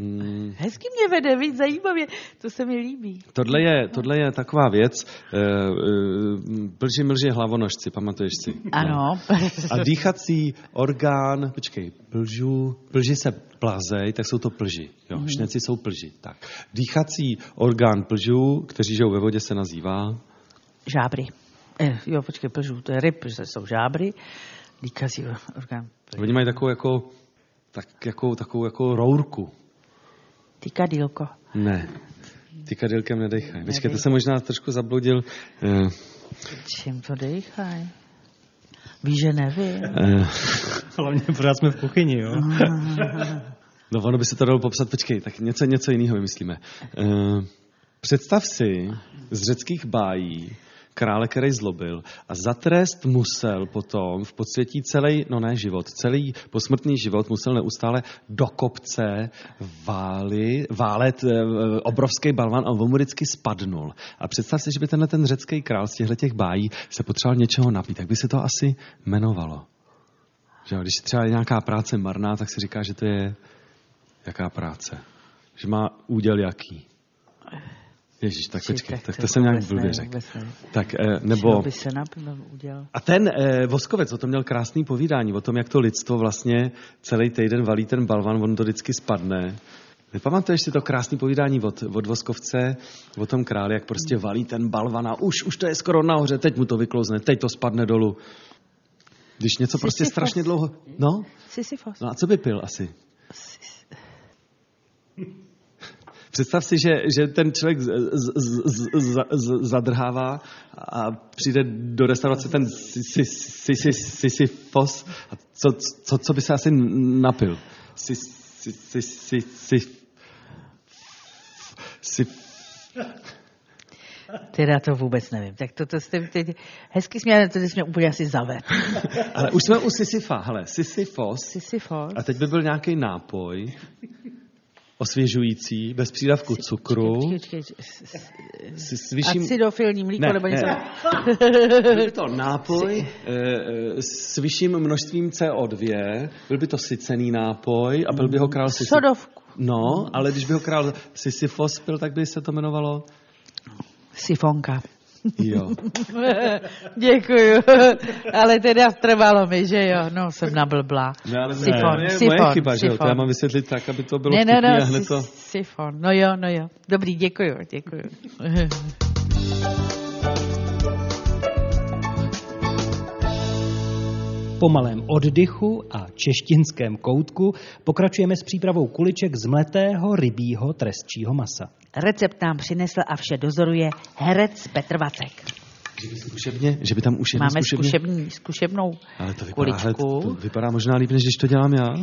Speaker 4: mm,
Speaker 2: Hezky mě vede, víc zajímavě. To se mi líbí.
Speaker 4: tohle je, tohle je taková věc. eh, eh, Blži mlži hlavonožci, pamatuješ si? No.
Speaker 2: Ano. *laughs*
Speaker 4: A dýchací orgán, počkej, plžu, plži se plazej, tak jsou to plži. Jo, mm. šneci jsou plži. Tak. Dýchací orgán plžů, kteří žijou ve vodě, se nazývá
Speaker 2: Žábry. Eh, jo, počkej, plžu, to je ryb, že jsou žábry. Díkací orgán.
Speaker 4: Oni mají takovou jako, tak, jako, takovou jako rourku.
Speaker 2: Tykadýlko.
Speaker 4: Ne, ty kadilkem nedechaj. Počkej, to jsem možná trošku zabludil. Eh,
Speaker 2: Čím to dejchaj? Víš, že nevím.
Speaker 4: eh,
Speaker 3: Hlavně pořád jsme v kuchyni, jo.
Speaker 4: No ono by se to dalo popsat, počkej, tak něco, něco jiného vymyslíme. Eh, Představ si z řeckých bájí krále, který zlobil a za trest musel potom v podsvětí celý, no ne život, celý posmrtný život musel neustále do kopce váli, válet eh, obrovský balvan a on mu vždycky spadnul. A představ si, že by tenhle ten řecký král z těchto těch bájí se potřeboval něčeho napít, tak by se to asi jmenovalo. Že jo, když je třeba nějaká práce marná, tak si říká, že to je jaká práce. Že má úděl jaký. Ježíš, tak
Speaker 2: Či,
Speaker 4: počkej,
Speaker 2: tak
Speaker 4: tak
Speaker 2: to
Speaker 4: to jsem nějak
Speaker 2: vůbec ne,
Speaker 4: blbě řekl.
Speaker 2: vůbec ne.
Speaker 4: Tak, eh,
Speaker 2: Nebo...
Speaker 4: nebo...
Speaker 2: by se napím udělal.
Speaker 4: A ten eh, Voskovec o tom měl krásný povídání, o tom, jak to lidstvo vlastně celý týden valí ten balvan, on to vždycky spadne. Nepamatuješ si to krásné povídání od, od Voskovce, o tom králi, jak prostě valí ten balvan a už, už to je skoro nahoře, teď mu to vyklouzne, teď to spadne dolů. Když něco prostě
Speaker 2: Sisyfos.
Speaker 4: strašně dlouho... No?
Speaker 2: Sisyfos.
Speaker 4: No a co by pil asi? Představ si, že, že ten člověk z, z, z, z, z, zadrhává a přijde do restaurace ten Sisyfos si, si, si, si, fos. a co, co, co by se asi napil? Si, si, si, si, si, si,
Speaker 2: Teda to vůbec nevím. Tak to, to jste teď hezky směl, to jsi mě úplně asi *laughs* zavedl.
Speaker 4: ale už jsme u Sisyfa, hele, Sisyfos
Speaker 2: Sisyfos.
Speaker 4: a teď by byl nějaký nápoj, osvěžující, bez přídavku cukru, s, s vyšším...
Speaker 2: Acidofilní mlíko
Speaker 4: Ne,
Speaker 2: nebo něco.
Speaker 4: ne. Byl by to nápoj eh, eh, s vyšším množstvím CO2, byl by to sycený nápoj a byl by ho král Sisyfos.
Speaker 2: Sodovku.
Speaker 4: No, ale když by ho král Sisyfos pil, tak by se to jmenovalo...
Speaker 2: Sifonka. *laughs*
Speaker 4: Jo.
Speaker 2: Děkuju. Ale teda trvalo mi, že jo. No, jsem nablblá.
Speaker 4: *laughs* Ne, No, ale
Speaker 2: Sifon,
Speaker 4: to je
Speaker 2: sifon,
Speaker 4: moje chyba, že jo? To
Speaker 2: sifon.
Speaker 4: já mám vysvětlit tak, aby to bylo
Speaker 2: Ne, ne,
Speaker 4: vtipný
Speaker 2: ne,
Speaker 4: a hned to...
Speaker 2: si- sifon. No jo, no jo. Dobrý, děkuju, děkuju.
Speaker 3: Po malém oddychu a češtinském koutku pokračujeme s přípravou kuliček z mletého rybího trestčího masa.
Speaker 2: *laughs* Recept nám přinesl a vše dozoruje herec Petr Vacek.
Speaker 4: Že by zkušebně, že by tam už jedna
Speaker 2: Máme
Speaker 4: zkušebně...
Speaker 2: zkušební, zkušebnou
Speaker 4: Ale to vypadá, hele,
Speaker 2: kuličku.
Speaker 4: to vypadá možná líp, než když to dělám já.
Speaker 2: *laughs*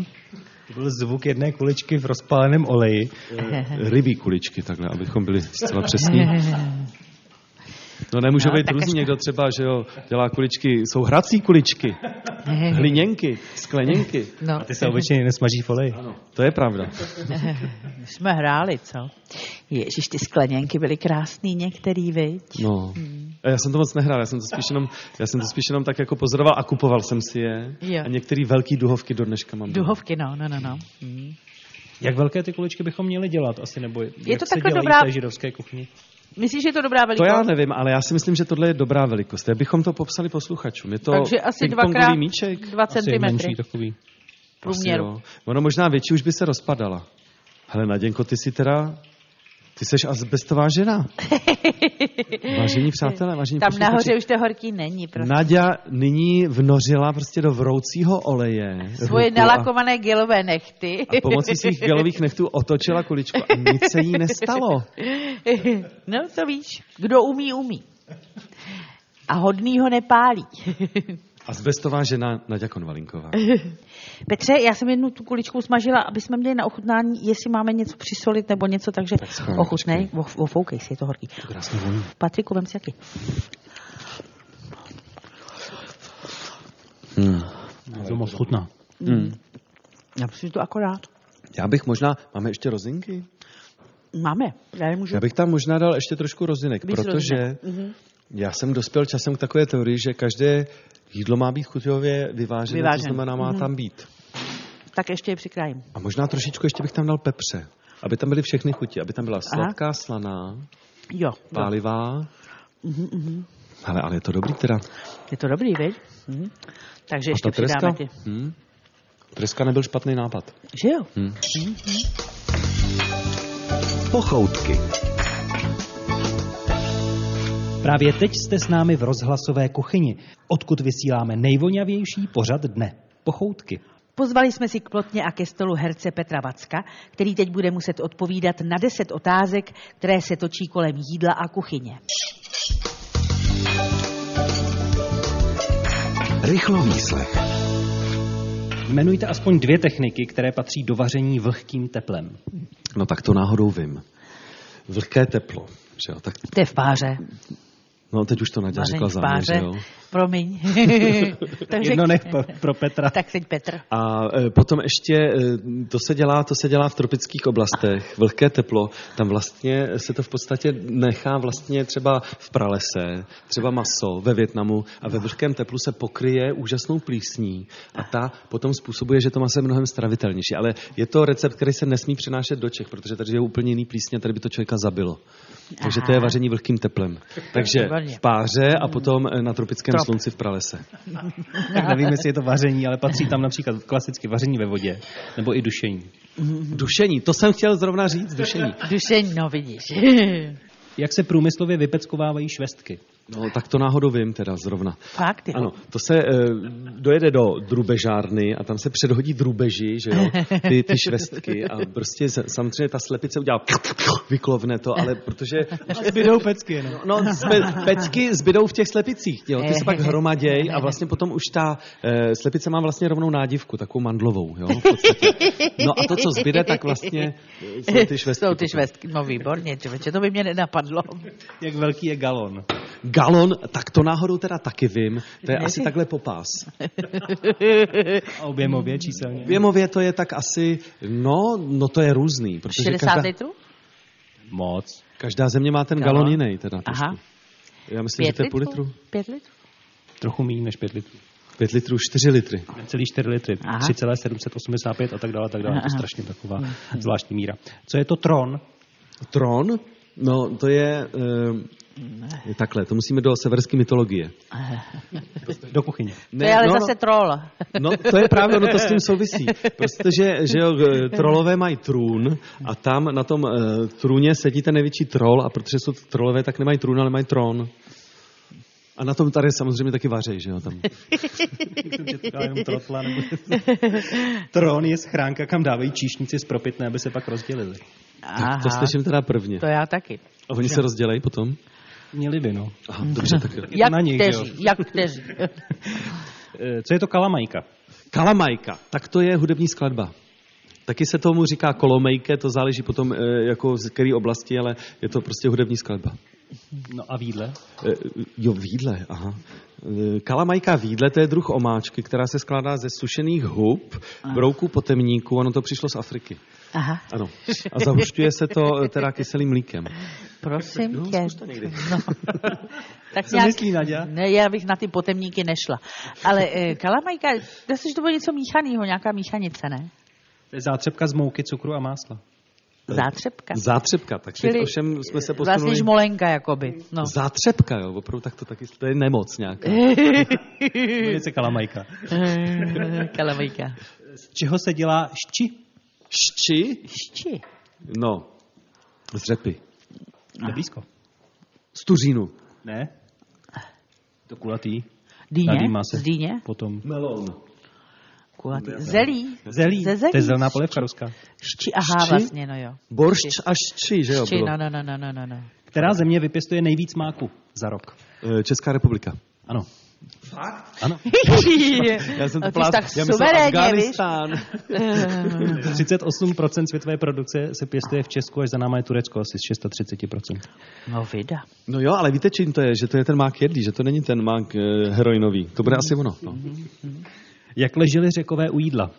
Speaker 3: To byl zvuk jedné kuličky v rozpáleném oleji.
Speaker 4: Eh, Rybí kuličky takhle, abychom byli
Speaker 2: *laughs*
Speaker 4: zcela přesní. No nemůže
Speaker 2: No,
Speaker 4: no, být
Speaker 2: tak
Speaker 4: různý,
Speaker 2: až-
Speaker 4: někdo třeba, že jo, dělá kuličky, jsou hrací kuličky, hliněnky, skleněnky.
Speaker 2: No,
Speaker 3: A ty se obyčejně nesmaží v oleji.
Speaker 4: To je pravda.
Speaker 2: *laughs* jsme hráli, co? Ježíš, ty skleněnky byly krásný některý, viď?
Speaker 4: No.
Speaker 2: Hmm.
Speaker 4: A já jsem to moc nehrál, já jsem to spíš jenom, já jsem to spíš jenom tak jako pozoroval a kupoval jsem si je.
Speaker 2: Jo.
Speaker 4: A některé velký duhovky do dneška mám.
Speaker 2: Duhovky, no, no, no, no. Mm.
Speaker 3: Jak velké ty kuličky bychom měli dělat asi, nebo je jak
Speaker 2: to
Speaker 3: se
Speaker 2: takhle
Speaker 3: dělají
Speaker 2: dobrá-
Speaker 3: v té židovské kuchyni?
Speaker 2: Myslíš, že je to dobrá
Speaker 4: To
Speaker 2: velikost?
Speaker 4: já nevím, ale já si myslím, že tohle je dobrá velikost. Jak bychom to popsali posluchačům? Je to
Speaker 2: Takže asi
Speaker 4: pingpongový
Speaker 2: dvakrát
Speaker 4: míček?
Speaker 2: dva centimetry
Speaker 3: menší takový.
Speaker 2: průměru.
Speaker 4: Asi prostě jo. Ono možná větší už by se rozpadala. Hele, Naděnko, ty jsi teda... Ty seš asbestová
Speaker 2: *laughs*
Speaker 4: žena. Vážení přátelé, vážení
Speaker 2: Tam
Speaker 4: posluchači,
Speaker 2: nahoře už to horký není, prostě.
Speaker 4: Nadia nyní vnořila prostě do vroucího oleje.
Speaker 2: Svoje
Speaker 4: ruku a-
Speaker 2: nalakované gelové nechty.
Speaker 4: A pomocí svých gelových nechtů otočila kuličku a nic se jí
Speaker 2: *laughs*
Speaker 4: nestalo.
Speaker 2: *laughs* No, to víš. Kdo umí, umí. A hodný ho nepálí.
Speaker 4: Asbestová žena Nadia Konvalinková.
Speaker 2: Petře, já jsem jednu tu kuličku smažila, aby jsme měli na ochutnání, jestli máme něco přisolit nebo něco, takže
Speaker 4: schválně,
Speaker 2: ochutnej, o- ofoukej si, je to horký.
Speaker 4: Krásně voní.
Speaker 2: Patriku, vem si taky.
Speaker 3: To moc chutná.
Speaker 2: Já myslím, že to akorát.
Speaker 4: Já bych možná... Máme ještě rozinky?
Speaker 2: Máme, já nemůžu.
Speaker 4: Já bych tam možná dal ještě trošku rozinek,
Speaker 2: Víc
Speaker 4: protože
Speaker 2: rozinek. Mhm.
Speaker 4: já jsem dospěl časem k takové teorii, že každé jídlo má být chuťově vyvážené,
Speaker 2: Vyvážené. Mhm.
Speaker 4: to znamená má tam být.
Speaker 2: Tak ještě je přikrájím.
Speaker 4: A možná trošičku ještě bych tam dal pepře, aby tam byly všechny chuti, aby tam byla sladká, slaná,
Speaker 2: Jo, jo.
Speaker 4: pálivá.
Speaker 2: Mhm,
Speaker 4: Ale, ale je to dobrý teda.
Speaker 2: je to dobrý, viď? Mhm. Takže ještě
Speaker 4: A ta treska?
Speaker 2: přidáme ty.
Speaker 4: Hm? Treska nebyl špatný nápad.
Speaker 2: Že jo?
Speaker 4: Hm.
Speaker 1: Pochoutky.
Speaker 3: Právě teď jste s námi v rozhlasové kuchyni, odkud vysíláme nejvonavější pořad dne. Pochoutky.
Speaker 2: Pozvali jsme si k plotně a ke stolu herce Petra Vacka, který teď bude muset odpovídat na 10 otázek, které se točí kolem jídla a kuchyně.
Speaker 1: Rychlovýslech.
Speaker 3: Jmenujte aspoň dvě techniky, které patří do vaření vlhkým teplem.
Speaker 4: No tak to náhodou vím. Vlhké teplo. Že jo? Tak,
Speaker 2: To je v páře.
Speaker 4: no teď už to Naděja
Speaker 2: Vaření
Speaker 4: řekla
Speaker 2: v
Speaker 4: za mě, že
Speaker 2: páře.
Speaker 4: jo? *laughs*
Speaker 2: Promiň. *laughs* Takže...
Speaker 3: Jedno nech pro, pro Petra.
Speaker 2: Tak teď Petr.
Speaker 4: A eh, potom ještě, eh, to se dělá, to se dělá v tropických oblastech, vlhké teplo, tam vlastně se to v podstatě nechá vlastně třeba v pralese, třeba maso ve Větnamu a ve vlhkém teplu se pokryje úžasnou plísní a ta potom způsobuje, že to maso je mnohem stravitelnější. Ale je to recept, který se nesmí přenášet do Čech, protože tady je úplně jiný plísně, tady by to člověka zabilo. Takže to je
Speaker 2: Aha.
Speaker 4: vaření vlhkým teplem. Takže
Speaker 2: Výborně.
Speaker 4: v páře a potom eh, na tropickém slunci v pralese.
Speaker 3: Tak nevím, jestli je to vaření, ale patří tam například klasicky vaření ve vodě nebo i dušení.
Speaker 4: Dušení, to jsem chtěl zrovna říct, dušení.
Speaker 2: Dušeň, no
Speaker 4: *laughs*
Speaker 2: vidíš.
Speaker 3: Jak se průmyslově vypeckovávají švestky?
Speaker 4: No, tak to náhodou vím teda zrovna.
Speaker 2: Fakt, jo.
Speaker 4: Ano, to se eh, dojede do drubežárny a tam se předhodí drubeži, že jo, ty, ty švestky a prostě s- samozřejmě ta slepice udělá vyklovne to, ale protože
Speaker 3: Zbydou pecky, no.
Speaker 4: no, zbe, pecky zbydou v těch slepicích, jo, ty se pak hromaděj a vlastně potom už ta eh, slepice má vlastně rovnou nádivku, takovou mandlovou, jo, v podstatě. No a to, co zbyde, tak vlastně eh, jsou ty švestky.
Speaker 2: Jsou ty
Speaker 4: potom. *laughs*
Speaker 2: švestky, no výborně, čověče, to by mě nenapadlo.
Speaker 3: Jak velký je galon?
Speaker 4: Galon, tak to náhodou teda taky vím. To je asi takhle popás.
Speaker 3: A objemově číselně.
Speaker 4: Věmově to je tak asi, no, no to je různý. Protože
Speaker 2: 60
Speaker 4: každá,
Speaker 2: litrů?
Speaker 3: Moc.
Speaker 4: každá země má ten galon,
Speaker 2: Galon.
Speaker 4: jiný teda. Trošku.
Speaker 2: Aha.
Speaker 4: Já myslím, že
Speaker 2: Pět
Speaker 4: to je půl litru.
Speaker 2: litrů? Pět litrů?
Speaker 3: Trochu méně než 5 litrů.
Speaker 4: Pět litrů, čtyři litry.
Speaker 3: Celý 4 litry,
Speaker 2: Aha.
Speaker 3: 3,785 a tak dále, a tak dále. To
Speaker 2: Aha. Mhm.
Speaker 3: je strašně taková zvláštní míra. Co je to tron?
Speaker 4: Tron, no to je, ehm, je takhle, to musíme do severské mytologie.
Speaker 3: Do
Speaker 2: *laughs*
Speaker 3: kuchyně.
Speaker 2: To je ale
Speaker 4: no,
Speaker 2: zase troll.
Speaker 4: No, no, to je právě, no to s tím souvisí. Protože že jo,
Speaker 2: *laughs*
Speaker 4: eh, trolové mají trůn a tam na tom uh, trůně sedí ten největší trol a protože jsou trolové, tak nemají trůn, ale mají trón. A na tom tady samozřejmě taky vařej, že jo, tam.
Speaker 3: Jenom trotla, nebo... Tron je schránka, kam dávají číšníci z propitné, aby se pak rozdělili.
Speaker 4: Tak to slyším teda prvně.
Speaker 2: To já taky.
Speaker 4: A oni se rozdělejí potom? Mhm.
Speaker 3: Měli by, no.
Speaker 4: Aha, dobře, tak jo.
Speaker 3: to na nich,
Speaker 2: kteří,
Speaker 3: jo.
Speaker 2: jak kteří.
Speaker 3: Eh, Co je to kalamajka?
Speaker 4: Kalamajka, tak to je hudební skladba. Taky se tomu říká kolomejke, to záleží potom eh, jako z které oblasti, ale je to prostě hudební skladba.
Speaker 3: No a vídle?
Speaker 4: Eh, Jo, výdle, aha. Eh, Kalamajka výdle, to je druh omáčky, která se skládá ze sušených hub, brouků potemníků, ono to přišlo z Afriky.
Speaker 2: Aha,
Speaker 4: Ano. A zahušťuje se to eh, teda kyselým mlíkem.
Speaker 2: prosím
Speaker 4: No,
Speaker 2: tě.
Speaker 4: zkus to někdy. *laughs*
Speaker 2: No. tak
Speaker 3: Co myslí Naďa?
Speaker 2: Ne, já bych na ty potemníky nešla. Ale eh, kalamajka, dá se, že to bylo něco míchaného, nějaká míchanice, ne?
Speaker 3: To je zátřepka z mouky, cukru a másla.
Speaker 4: Eh,
Speaker 2: Zátřepka.
Speaker 4: Zátřepka, tak teď ovšem jsme se posunuli...
Speaker 2: vlastně žmolenka, jakoby.
Speaker 4: *laughs*
Speaker 2: No.
Speaker 4: Zátřepka, jo, opravdu tak to taky, to je nemoc nějaká.
Speaker 3: Velice kalamajka.
Speaker 2: Eh, kalamajka.
Speaker 3: Z čeho se dělá šči?
Speaker 4: Šči?
Speaker 2: Šči.
Speaker 4: No, z řepy.
Speaker 3: To je blízko.
Speaker 4: Stuřínu.
Speaker 3: Ne? To kulatý.
Speaker 2: Dýně?
Speaker 3: Nadýmá se.
Speaker 2: Z dýně?
Speaker 3: Potom.
Speaker 4: Melon.
Speaker 2: Kulatý. Zelí.
Speaker 3: Zelí.
Speaker 2: Ze zelí.
Speaker 3: To je zelená polévka ruská.
Speaker 2: Šči, aha,
Speaker 4: Šči?
Speaker 2: vlastně, no jo.
Speaker 4: Boršč a šči, že jo?
Speaker 2: Šči,
Speaker 4: bylo.
Speaker 2: no, no, no, no, no, no, no.
Speaker 3: Která země vypěstuje nejvíc máku za rok?
Speaker 4: Eh, Česká republika.
Speaker 3: Ano. Fakt? Ano.
Speaker 4: *laughs* Já jsem
Speaker 2: A
Speaker 4: to
Speaker 2: ty jsi
Speaker 4: plát,
Speaker 2: tak
Speaker 4: já myslím
Speaker 2: suverénně, víš?
Speaker 4: Afganistán. *laughs*
Speaker 3: 38% světové produkce se pěstuje v Česku, až za náma je Turecko asi z 630%.
Speaker 2: No vida.
Speaker 4: No jo, ale víte, čím to je, že to je ten mák jedlý, že to není ten mák eh, heroinový. To bude asi ono. No.
Speaker 2: Mhm.
Speaker 3: Jak ležely řekové u jídla?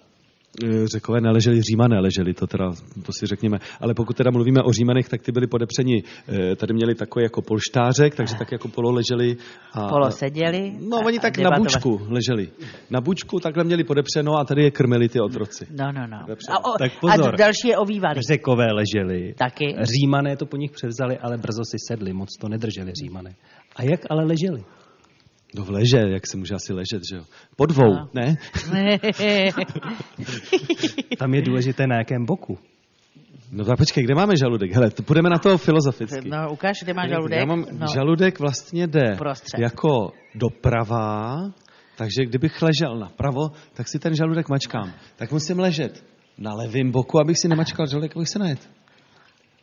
Speaker 4: Eh, Řekové neleželi, římané leželi, to teda, to si řekněme. Ale pokud teda mluvíme o římanech, tak ty byli podepřeni, eh, tady měli takový jako polštářek, takže tak jako polo leželi. A,
Speaker 2: Polo seděli.
Speaker 4: No,
Speaker 2: a-
Speaker 4: oni
Speaker 2: a
Speaker 4: tak na
Speaker 2: debatovali.
Speaker 4: bučku leželi. Na bučku takhle měli podepřeno a tady je krmili ty otroci.
Speaker 2: No, no, no.
Speaker 4: Vepředu.
Speaker 2: A, o,
Speaker 3: Tak
Speaker 2: a
Speaker 3: pozor.
Speaker 2: další je
Speaker 4: *laughs*
Speaker 2: ovývali.
Speaker 3: Řekové leželi.
Speaker 2: Taky.
Speaker 3: Římané to po nich převzali, ale brzo si sedli, moc to nedrželi římané. A jak ale leželi?
Speaker 4: No v leže, jak se může asi ležet, že jo? Po dvou,
Speaker 2: No.
Speaker 4: ne?
Speaker 3: Tam je důležité na jakém boku.
Speaker 4: No tak počkej, kde máme žaludek? Hele, to půjdeme na to filozoficky.
Speaker 2: no, ukáž, kde máš žaludek.
Speaker 4: Já mám,
Speaker 2: no.
Speaker 4: žaludek vlastně jde
Speaker 2: Prostřed.
Speaker 4: jako doprava, takže kdybych ležel napravo, tak si ten žaludek mačkám. Tak musím ležet na levém boku, abych si nemačkal žaludek, abych se najet.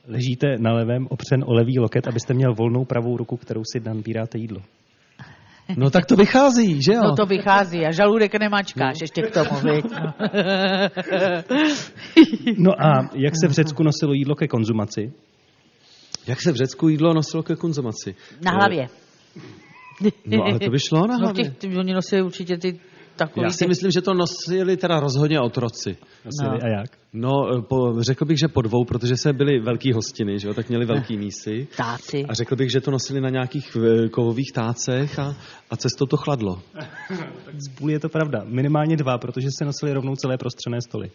Speaker 3: Ležíte na levém opřen o levý loket, abyste měl volnou pravou ruku, kterou si dan píráte jídlo.
Speaker 4: No tak to vychází, že jo?
Speaker 2: No to vychází a žaludek nemačkáš ještě k tomu,
Speaker 4: *laughs*
Speaker 2: viď?
Speaker 3: No a jak se v Řecku nosilo jídlo ke konzumaci?
Speaker 4: Jak se v Řecku jídlo nosilo ke konzumaci?
Speaker 2: Na hlavě.
Speaker 4: Eh, *laughs* No ale to by šlo na
Speaker 2: No, v
Speaker 4: hlavě.
Speaker 2: těch, ty- oni nosili určitě ty takový...
Speaker 4: Já si
Speaker 2: ty-
Speaker 4: myslím, že to nosili teda rozhodně otroci.
Speaker 3: Nosili
Speaker 2: No.
Speaker 3: a jak?
Speaker 4: No, eh, po, řekl bych, že po dvou, protože se byly velký hostiny, že jo, tak měli
Speaker 2: Eh.
Speaker 4: velký mísy.
Speaker 2: Ptáci.
Speaker 4: A řekl bych, že to nosili na nějakých eh, kovových tácech a, a cestou to chladlo.
Speaker 3: Tak z půl je to pravda. Minimálně dva, protože se nosili rovnou celé prostřené stoly.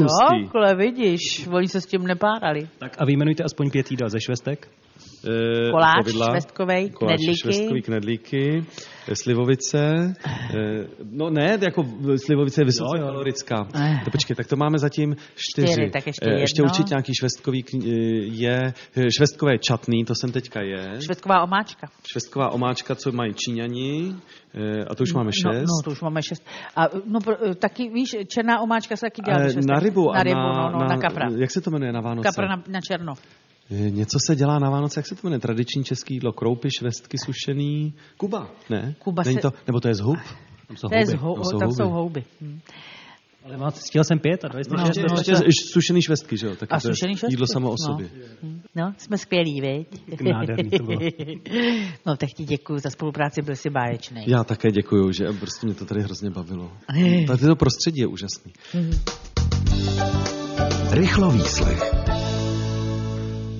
Speaker 2: No, kole, vidíš, oni se s tím nepárali.
Speaker 3: Tak a vyjmenujte aspoň pět jídel ze švestek.
Speaker 4: Eh,
Speaker 2: Koláč
Speaker 4: povidla.
Speaker 2: švestkovej,
Speaker 4: Koláč
Speaker 2: knedlíky.
Speaker 4: švestkový, knedlíky, eh, slivovice. eh, No ne, jako eh, slivovice je vysoce
Speaker 3: Jo, jo.
Speaker 4: kalorická.
Speaker 2: Eh.
Speaker 4: To počkej, tak to máme zatím čtyři.
Speaker 2: Čtyři, tak ještě
Speaker 4: Eh, ještě
Speaker 2: jedno.
Speaker 4: určitě nějaký švestkový kni- eh, je, eh, švestkové čatný, to jsem teďka je.
Speaker 2: Švédsková omáčka.
Speaker 4: Švestková omáčka, co mají Číňani. eh, A to už máme šest.
Speaker 2: No, no, to už máme šest. A, no, pro- taky, víš, černá omáčka se taky dělá
Speaker 4: Ale
Speaker 2: ze šestek.
Speaker 4: Eh, na rybu a
Speaker 2: na, rybu,
Speaker 4: na,
Speaker 2: no, no, na kapra.
Speaker 4: Jak se to jmenuje na Vánoce?
Speaker 2: Kapra na, na černo.
Speaker 4: Eh, Něco se dělá na Vánoce, jak se to jmenuje? Tradiční český jídlo, kroupy, švestky, sušený. Kuba, ne?
Speaker 2: Kuba
Speaker 4: Není
Speaker 2: se- No,
Speaker 4: to, nebo to je z hub? Tam jsou
Speaker 2: To je z
Speaker 4: houby,
Speaker 2: hou,
Speaker 4: tam jsou
Speaker 2: tam
Speaker 4: houby.
Speaker 2: jsou houby. Hm.
Speaker 3: Ale má, chtěl jsem pět a dali jste
Speaker 4: No,
Speaker 3: šest.
Speaker 4: ještě,
Speaker 3: no,
Speaker 4: ještě
Speaker 3: tak-
Speaker 4: sušený švestky, že jo? Tak
Speaker 2: A
Speaker 4: to je
Speaker 2: sušený švestky,
Speaker 4: Jídlo samo o
Speaker 2: no.
Speaker 4: sobě.
Speaker 2: No, jsme skvělí, viď?
Speaker 3: Nádherný to bylo.
Speaker 2: *laughs* no, tak ti děkuji za spolupráci, byl jsi báječný.
Speaker 4: Já také děkuju, že prostě mě to tady hrozně bavilo.
Speaker 2: Eh.
Speaker 4: Tady to prostředí je úžasný.
Speaker 2: Mhm.
Speaker 1: Rychlo výslech.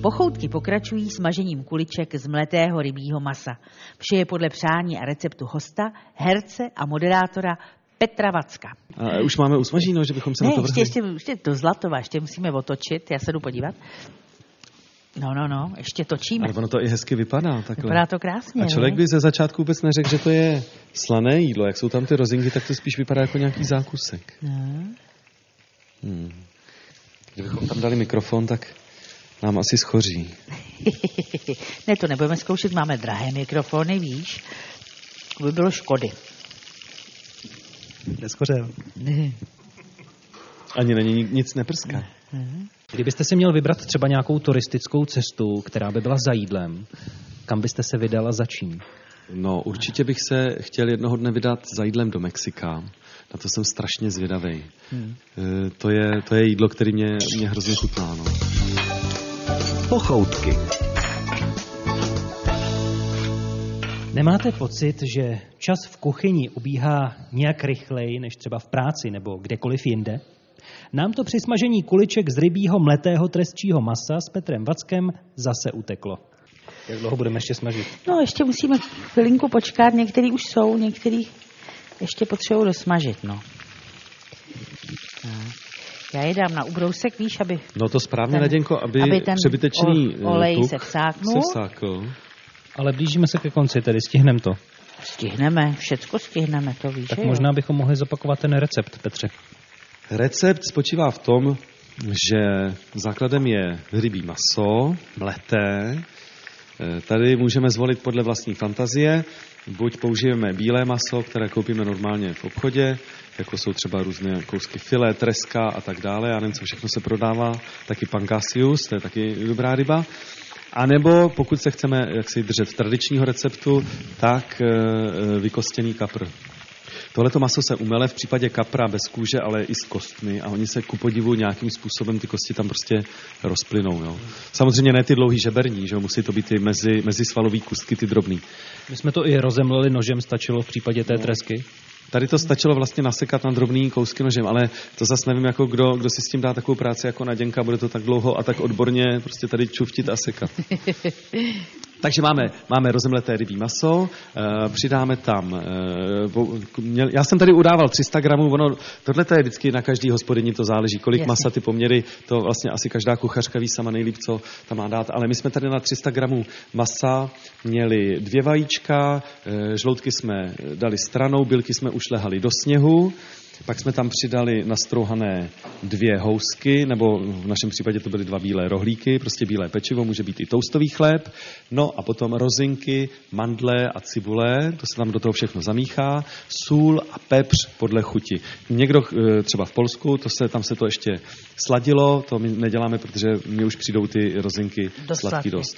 Speaker 2: Pochoutky pokračují smažením kuliček z mletého rybího masa. Vše je podle přání a receptu hosta, herce a moderátora Petra Vacka.
Speaker 4: A už máme usmažíno, že bychom se
Speaker 2: Ne,
Speaker 4: na to
Speaker 2: ještě,
Speaker 4: vrhli.
Speaker 2: ještě, ještě do Zlatova, ještě musíme otočit, já se jdu podívat. No, no, no, ještě točíme.
Speaker 4: Ale ono to i hezky vypadá takhle.
Speaker 2: Vypadá to no. krásně.
Speaker 4: A člověk
Speaker 2: ne?
Speaker 4: by ze začátku vůbec neřekl, že to je slané jídlo. Jak jsou tam ty rozinky, tak to spíš vypadá jako nějaký zákusek.
Speaker 2: No. *laughs*
Speaker 4: Kdybychom tam dali mikrofon, tak nám asi schoří.
Speaker 2: ne, to nebudeme zkoušet, máme drahé mikrofony, víš. To by bylo škody.
Speaker 3: Neschořel.
Speaker 4: Ani na ní nic neprská.
Speaker 3: Kdybyste si měl vybrat třeba nějakou turistickou cestu, která by byla za jídlem, kam byste se vydala za čím?
Speaker 4: No, určitě bych se chtěl jednoho dne vydat za jídlem do Mexika. Na to jsem strašně zvědavý. Hmm. To, je, to je jídlo, které mě, mě hrozně chutná. No.
Speaker 1: Pochoutky.
Speaker 3: Nemáte pocit, že čas v kuchyni ubíhá nějak rychleji než třeba v práci nebo kdekoliv jinde? Nám to při smažení kuliček z rybího mletého trestčího masa s Petrem Vackem zase uteklo. Jak dlouho budeme ještě smažit?
Speaker 2: No, ještě musíme chvilinku počkat, některý už jsou, některý ještě potřebují dosmažit, no. Tak. Já je dám na ubrousek, víš, aby...
Speaker 4: no to správně,
Speaker 2: Ten-
Speaker 4: Naděnko, aby,
Speaker 2: aby ten
Speaker 4: přebytečný
Speaker 2: ol-
Speaker 4: eh,
Speaker 2: olej
Speaker 4: tuk
Speaker 2: se vsáknul.
Speaker 4: se vsákl.
Speaker 3: Ale blížíme se ke konci, tedy stihneme to.
Speaker 2: Stihneme, všecko stihneme, to víš,
Speaker 3: Tak
Speaker 2: že jo?
Speaker 3: možná bychom mohli zopakovat ten recept, Petře.
Speaker 4: Recept spočívá v tom, že základem je rybí maso, mleté. Eh, Tady můžeme zvolit podle vlastní fantazie. Buď použijeme bílé maso, které koupíme normálně v obchodě, jako jsou třeba různé kousky filé, treska a tak dále. Já nevím, co všechno se prodává. Taky pankasius, to je taky dobrá ryba. A nebo pokud se chceme jaksi držet tradičního receptu, tak eh, eh, vykostěný kapr. Tohleto maso se umele v případě kapra bez kůže, ale i s kostmi a oni se ku podivu nějakým způsobem ty kosti tam prostě rozplynou. Jo. Samozřejmě ne ty dlouhý žeberní, že jo, musí to být ty mezi, mezi svalový kustky, ty drobný.
Speaker 3: My jsme to i rozemleli nožem, stačilo v případě té tresky.
Speaker 4: Tady to stačilo vlastně nasekat na drobný kousky nožem, ale to zase nevím, jako kdo, kdo si s tím dá takovou práci jako Naděnka, bude to tak dlouho a tak odborně prostě tady čuftit a sekat. Takže máme, máme rozemleté rybí maso, eh, přidáme tam, eh, bo- k- měl- já jsem tady udával 300 gramů, ono, tohle to je vždycky na každý hospodyni, to záleží, kolik
Speaker 2: Jasně.
Speaker 4: masa, ty poměry, to vlastně asi každá kuchařka ví sama nejlíp, co tam má dát, ale my jsme tady na 300 gramů masa měli dvě vajíčka, eh, žloutky jsme dali stranou, bylky jsme ušlehali do sněhu, pak jsme tam přidali nastrouhané dvě housky, nebo v našem případě to byly dva bílé rohlíky, prostě bílé pečivo, může být i toustový chléb. No a potom rozinky, mandle a cibule, to se tam do toho všechno zamíchá, sůl a pepř podle chuti. Někdo eh, třeba v Polsku, to se, tam se to ještě sladilo, to my neděláme, protože mně už přijdou ty rozinky
Speaker 2: Dost
Speaker 4: sladký
Speaker 2: sladké.
Speaker 4: dost.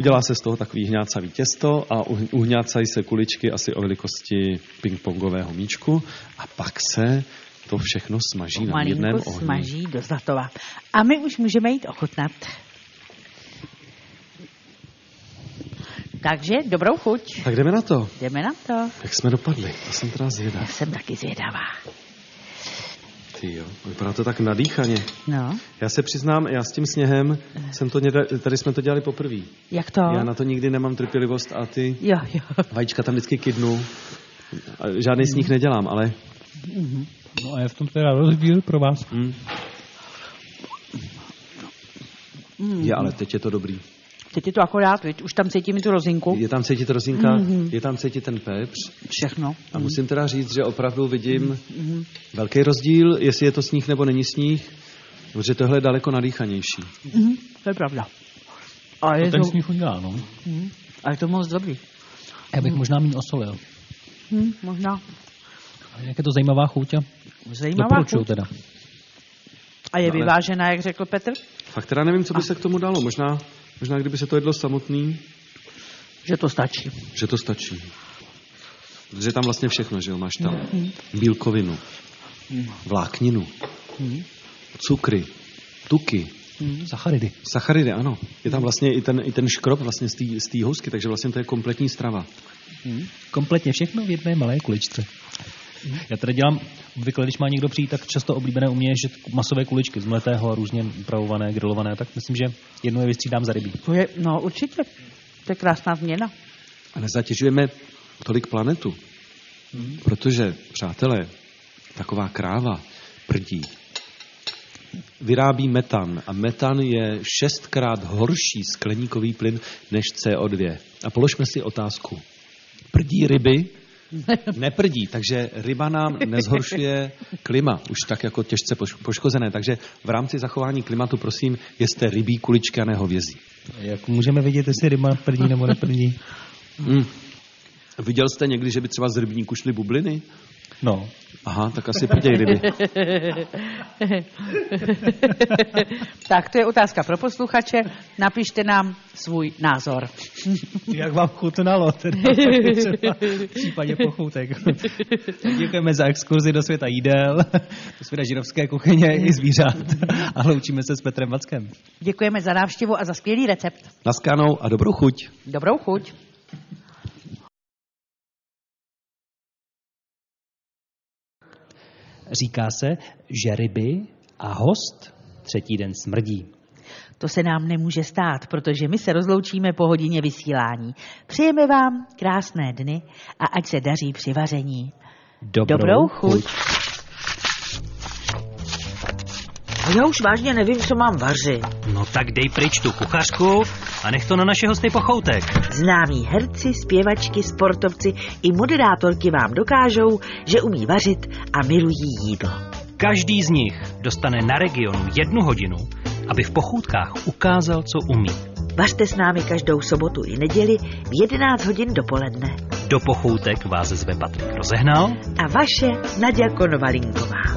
Speaker 4: Udělá se z toho takový hňácavý těsto a uh- uhňácají se kuličky asi o velikosti pingpongového míčku a pak se to všechno smaží na mírném
Speaker 2: Malinko
Speaker 4: ohni.
Speaker 2: smaží do Zlatova. A my už můžeme jít ochutnat. Takže dobrou chuť.
Speaker 4: Tak jdeme na to.
Speaker 2: Jdeme na to.
Speaker 4: Jak jsme dopadli? To jsem teda
Speaker 2: Já
Speaker 4: zvědav.
Speaker 2: jsem taky zvědavá.
Speaker 4: Ty jo, vypadá to tak nadýchaně.
Speaker 2: No,
Speaker 4: Já se přiznám, já s tím sněhem jsem to něda, tady jsme to dělali poprvé.
Speaker 2: jak to?
Speaker 4: Já na to nikdy nemám trpělivost a ty
Speaker 2: Jo, jo.
Speaker 4: vajíčka tam vždycky kydnu. A Žádný z nich nedělám, ale
Speaker 3: No a je v tom teda rozdíl pro vás.
Speaker 4: je, ale teď je to dobrý.
Speaker 2: Teď je to akorát, viď? už tam cítím tu rozinku.
Speaker 4: Je tam cítit rozinka, je tam cítit ten pepř.
Speaker 2: Všechno.
Speaker 4: A musím teda říct, že opravdu vidím velký rozdíl, jestli je to sníh nebo není sníh, protože tohle je daleko nadýchanější.
Speaker 2: Mhm, to je pravda. A je to,
Speaker 3: smích udělá, no.
Speaker 2: mhm, a je to moc dobrý.
Speaker 3: Já bych možná méně osolil.
Speaker 2: Hm, možná
Speaker 3: Ale Jak je to zajímavá chuť a
Speaker 2: zajímavá
Speaker 3: doporučuju
Speaker 2: chuť.
Speaker 3: teda.
Speaker 2: A je
Speaker 4: No, ale-
Speaker 2: vyvážená, jak řekl Petr,
Speaker 4: Fakt teda nevím, co by se k tomu dalo. Možná, možná kdyby se to jedlo samotný,
Speaker 2: že to stačí.
Speaker 4: že to stačí. Protože je tam vlastně všechno, že jo, máš tam bílkovinu, vlákninu, cukry, tuky,
Speaker 3: Sacharidy.
Speaker 4: sacharidy, ano. Je tam vlastně i ten, i ten škrob vlastně z té- z té housky, takže vlastně to je kompletní strava.
Speaker 3: Hmm. Kompletně všechno v jedné malé kuličce. Já tady dělám, obvykle, když má někdo přijít, tak často oblíbené u mě je že masové kuličky z mletého a různě upravované, grilované, tak myslím, že jednu je vystřídám za rybí.
Speaker 2: To je, no určitě, to je krásná změna.
Speaker 4: A nezatěžujeme tolik planetu. Protože, přátelé, taková kráva prdí. Vyrábí metan a metan je šestkrát horší skleníkový plyn než CO2. A položme si otázku. Prdí ryby? Neprdí, takže ryba nám nezhoršuje klima, už tak jako těžce poš- poškozené. Takže v rámci zachování klimatu, prosím, jeste rybí kuličky a ne hovězí.
Speaker 3: Jak můžeme vidět, jestli ryba prdí nebo neprdí?
Speaker 4: Mm. Viděl jste někdy, že by třeba z rybníku šly bubliny?
Speaker 3: *laughs* No,
Speaker 4: Aha, tak asi poděj ryby.
Speaker 2: tak to je otázka pro posluchače. Napište nám svůj názor.
Speaker 3: jak vám chutnalo, teda *laughs* třeba v případě pochutek. Děkujeme za exkurzi do světa jídel, do světa žirovské kuchyně i zvířat a loučíme se s Petrem Vackem.
Speaker 2: Děkujeme za návštěvu a za skvělý recept.
Speaker 4: Naskánou a dobrou chuť.
Speaker 2: Dobrou chuť.
Speaker 3: Říká se, že ryby a host třetí den smrdí.
Speaker 2: To se nám nemůže stát, protože my se rozloučíme po hodině vysílání. Přejeme vám krásné dny a ať se daří při vaření.
Speaker 3: Dobrou,
Speaker 2: Dobrou chuť. A já už vážně nevím, co mám vařit.
Speaker 7: No tak dej pryč tu kuchařku a nech to na naše hosty pochoutek.
Speaker 2: Známí herci, zpěvačky, sportovci i moderátorky vám dokážou, že umí vařit a milují jídlo.
Speaker 7: Každý z nich dostane na regionu jednu hodinu, aby v pochoutkách ukázal, co umí.
Speaker 2: Vařte s námi každou sobotu i neděli v 11 hodin dopoledne.
Speaker 7: Do pochoutek vás zve Patrik Rozehnal
Speaker 2: A vaše Nadia Konovalinková.